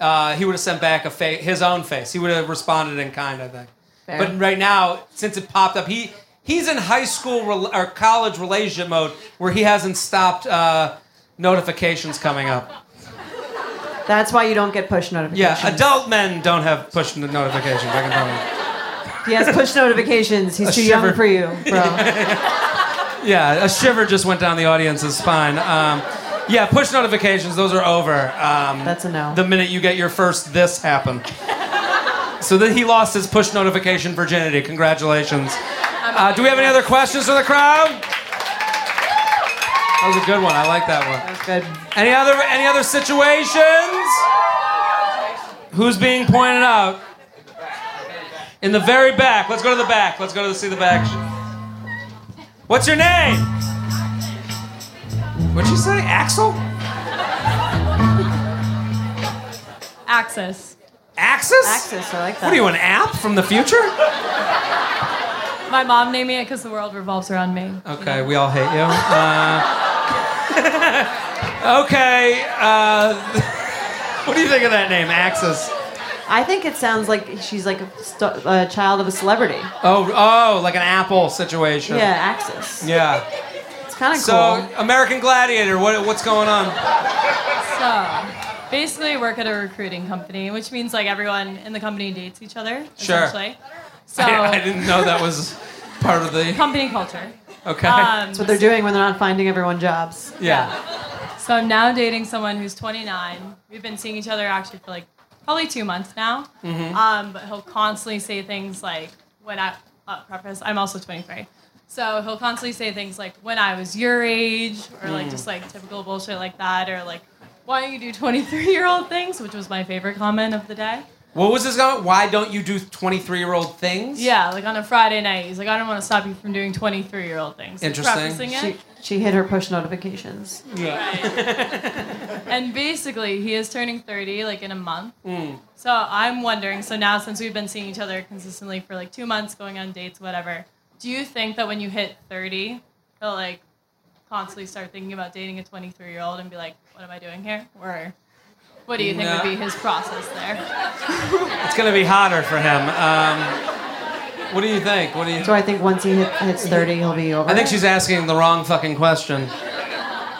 S5: uh, he would have sent back a fa- his own face. He would have responded in kind, I think.
S2: Fair.
S5: But right now, since it popped up, he he's in high school rel- or college relationship mode where he hasn't stopped uh, notifications coming up.
S2: that's why you don't get push
S5: Yeah,
S2: notifications.
S5: adult men don't have push n- notifications. I can tell you.
S2: he has push notifications. He's
S5: A
S2: too
S5: shiver.
S2: young for you, bro.
S5: Yeah, a shiver just went down the audience's spine. Um, yeah, push notifications; those are over. Um,
S2: That's a no.
S5: the minute you get your first this happen. so then he lost his push notification virginity. Congratulations. Uh, do we have any other questions for the crowd? That was a good one. I like that one.
S2: Good.
S5: Any other any other situations? Who's being pointed out? In the very back. Let's go to the back. Let's go to the, see the back. What's your name? What'd you say, Axel?
S9: Access.
S5: Axis?
S2: Access. I like that.
S5: What are you, an app from the future?
S9: My mom named me it because the world revolves around me.
S5: Okay, we all hate you. Uh, okay. Uh, what do you think of that name, Axis?
S2: I think it sounds like she's like a, st- a child of a celebrity.
S5: Oh, oh, like an Apple situation.
S2: Yeah, Axis.
S5: Yeah.
S2: It's kind of
S5: So,
S2: cool.
S5: American Gladiator, what, what's going on?
S9: So, basically, I work at a recruiting company, which means like everyone in the company dates each other.
S5: Sure.
S9: Essentially. So,
S5: I, I didn't know that was part of the.
S9: company culture.
S5: Okay.
S9: Um,
S2: That's what they're doing when they're not finding everyone jobs.
S5: yeah.
S9: so I'm now dating someone who's 29. We've been seeing each other actually for like probably two months now.
S5: Mm-hmm.
S9: Um, but he'll constantly say things like, when I, uh, preface, I'm also 23. So he'll constantly say things like, when I was your age, or
S5: Mm.
S9: like just like typical bullshit like that, or like, why don't you do 23 year old things, which was my favorite comment of the day.
S5: What was this going? Why don't you do 23 year old things?
S9: Yeah, like on a Friday night. He's like, I don't want to stop you from doing 23 year old things. Like
S5: Interesting.
S9: prefacing it.
S2: She, she hit her push notifications.
S9: And basically, he is turning 30 like in a month. So I'm wondering so now, since we've been seeing each other consistently for like two months, going on dates, whatever, do you think that when you hit 30, he'll like constantly start thinking about dating a 23 year old and be like, what am I doing here? Or what do you think
S5: No.
S9: would be his process there?
S5: It's going to be hotter for him. Um, what do you think? What do you
S2: So I think once he hit, hits 30, he'll be over.
S5: I think
S2: it.
S5: she's asking the wrong fucking question.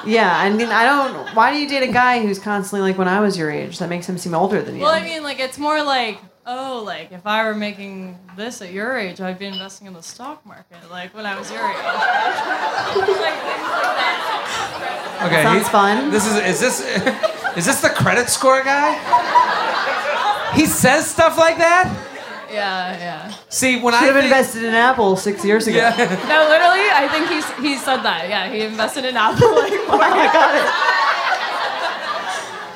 S2: Yeah, I mean, I don't. Why do you date a guy who's constantly like when I was your age? That makes him seem older than you.
S9: Well, I mean, like, it's more like, oh, like, if I were making this at your age, I'd be investing in the stock market, like, when I was your age.
S5: Okay,
S2: Sounds
S5: he's-
S2: fun.
S5: This is is this is this the credit score guy? He says stuff like that.
S9: yeah,
S5: See, when
S2: should
S5: I
S2: have
S5: think-
S2: invested in Apple six years ago.
S9: yeah. No, literally, I think he's, he said that. Yeah, he invested in Apple.
S2: Oh
S9: Like,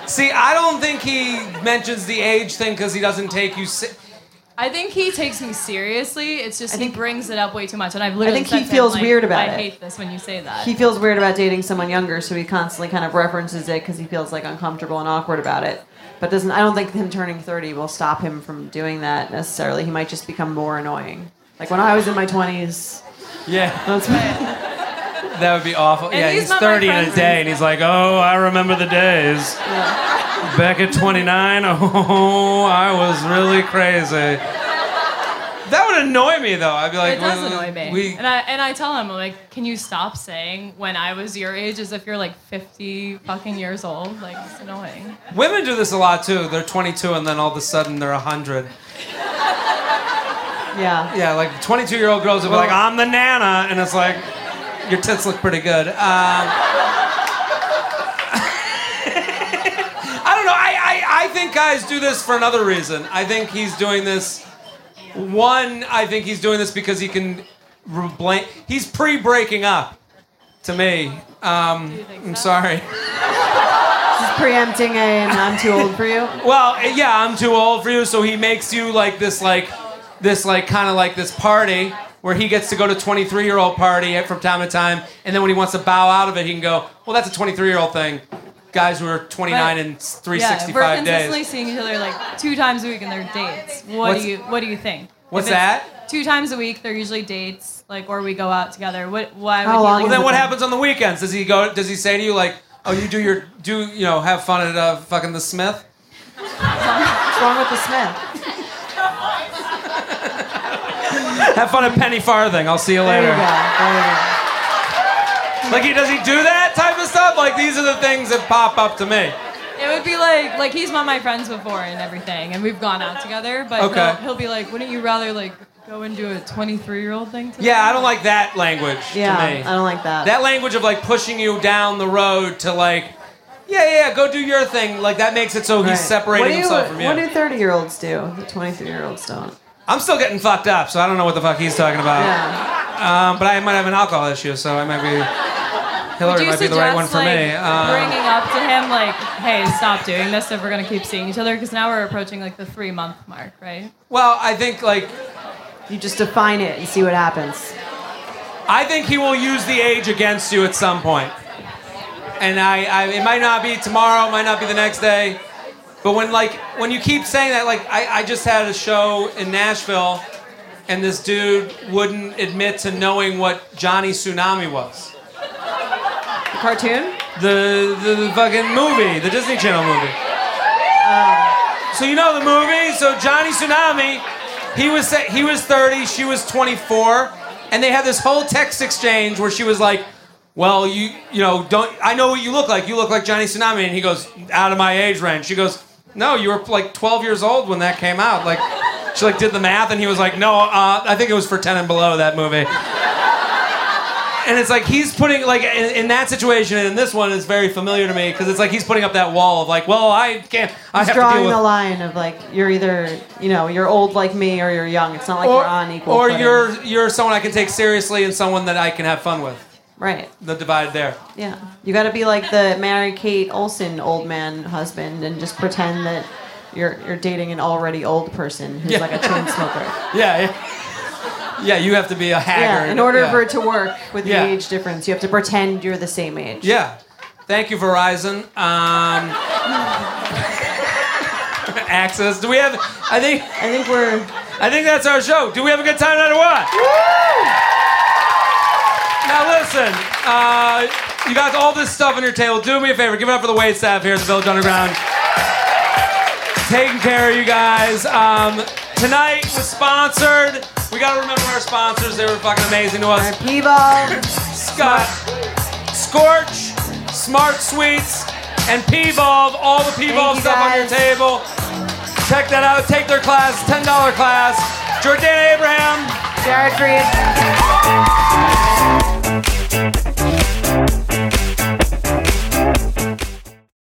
S5: see, I don't think he mentions the age thing because he doesn't take you. Se-
S9: I think he takes me seriously. It's just
S2: I
S9: he
S2: think-
S9: brings it up way too much, and I've literally.
S2: think he
S9: said to him,
S2: feels
S9: like,
S2: weird about
S9: I
S2: it.
S9: hate this when you say that.
S2: He feels weird about dating someone younger, so he constantly kind of references it because he feels like uncomfortable and awkward about it. But doesn't I don't think him turning 30 will stop him from doing that necessarily. He might just become more annoying. Like when I was in my 20s.
S5: yeah,
S2: That's
S5: that would be awful. yeah,
S9: he's
S5: he's
S9: not my
S5: thirty in a
S9: friend.
S5: day, and he's like, "Oh, I remember the days back at twenty-nine. Oh, I was really crazy." That would annoy me though. I'd be like,
S9: it does
S5: "Well,
S9: annoy me,
S5: we-
S9: and I and I tell him like, can you stop saying when I was your age as if you're like 50 fucking years old? Like it's annoying.
S5: Women do this a lot too. They're 22 and then all of a sudden they're 100.
S2: yeah.
S5: Yeah, like 22 year old girls will be like, I'm the Nana. And it's like, your tits look pretty good. Um, I don't know. I, I, I think guys do this for another reason. I think he's doing this. One, I think he's doing this because he can. re- Blame, he's pre breaking up to me. Um,
S9: think
S5: I'm
S9: so?
S5: sorry.
S2: preempting a and I'm too old for you.
S1: Well, yeah, I'm too old for you, so he makes you like this, like this, like kind of like this party where he gets to go to 23 year old party at- from time to time, and then when he wants to bow out of it, he can go, well, that's a 23 year old thing. Guys who are 29 and s-
S9: yeah, we're
S1: 365
S9: consistently
S1: days.
S9: seeing each other like two times a week and they're dates. What
S1: What's-
S9: do you What do you think?
S1: What's
S9: If it's
S1: that?
S9: Two times a week, they're usually dates, like or we go out together. What? Why? would you, like,
S1: well, then what happens on the weekends? Does he go? Does he say to you like, "Oh, you do your do you know have fun at uh, fucking the Smith"?
S2: What's wrong with the Smith?
S1: Have fun at Penny Farthing. I'll see you later. Like he does he do that type of stuff? Like these are the things that pop up to me.
S9: It would be like like he's one of my friends before and everything, and we've gone out together. But
S1: Okay.
S9: he'll, he'll be like, "Wouldn't you rather like go and do a 23 year old thing?" Today?
S1: Yeah, I don't like that language.
S9: Yeah,
S1: to me.
S9: I don't like that.
S1: That language of like pushing you down the road to like, yeah, yeah, yeah, go do your thing. Like that makes it so
S2: Right.
S1: he's separating
S2: what do you,
S1: himself from you.
S2: What do 30 year olds do that 23 year olds don't?
S1: I'm still getting fucked up, so I don't know what the fuck he's talking about. Um, but I might have an alcohol issue, so I might be.
S9: Would
S1: Hillary
S9: you
S1: might be
S9: suggest
S1: the right one for
S9: like,
S1: me. Um,
S9: bringing up to him like, "Hey, stop doing this if we're gonna keep seeing each other," because now we're approaching like the three month mark, right?
S1: well, I think like
S2: You just define it and see what happens.
S1: I think he will use the age against you at some point. And I, I it might not be tomorrow, it might not be the next day. But when like when you keep saying that, like I, I just had a show in Nashville and this dude wouldn't admit to knowing what Johnny Tsunami was. The
S2: cartoon?
S1: The, the fucking movie, the Disney Channel movie. So you know the movie. So Johnny Tsunami, he was sa- he was 30, she was 24, and they had this whole text exchange where she was like, "Well, you you know don't I know what you look like? You look like Johnny Tsunami," and he goes, "Out of my age range." She goes, "No, you were like 12 years old when that came out." Like she like did the math, and he was like, "No, uh, I think it was for 10 and below that movie." And it's like he's putting like in, in that situation, and in this one is very familiar to me because it's like he's putting up that wall of like, well, I can't, I
S2: He's
S1: have to deal
S2: drawing
S1: with
S2: the line of like you're either you know you're old like me or you're young. It's not like
S1: or,
S2: we're on equal.
S1: or
S2: footing.
S1: you're you're someone I can take seriously and someone that I can have fun with.
S2: Right.
S1: The divide there.
S2: yeah. You got to be like the Mary Kate Olsen old man husband and just pretend that you're you're dating an already old person who's
S1: Yeah.
S2: like a chain smoker.
S1: Yeah, yeah. Yeah, you have to be a haggard.
S2: yeah. In order
S1: yeah.
S2: for it to work with the
S1: Yeah.
S2: age difference, you have to pretend you're the same age.
S1: Yeah. Thank you, Verizon. Um, access. Do we have? I think.
S2: I think we're.
S1: I think that's our show. Do we have a good time tonight or what? Now listen, uh, you got all this stuff on your table. Do me a favor, give it up for the wait staff here at the Village Underground. taking care of you guys. Um, tonight was sponsored. We gotta remember our sponsors. They were fucking amazing to us.
S2: Peebo,
S1: Scott, Scorch, Smart Sweets, and P-Bulb. All the P-Bulb
S2: you,
S1: stuff on your
S2: guys.
S1: table. Check that out. Take their class, ten dollar class. Jordana Abraham.
S2: Jared Green.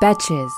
S11: Betches.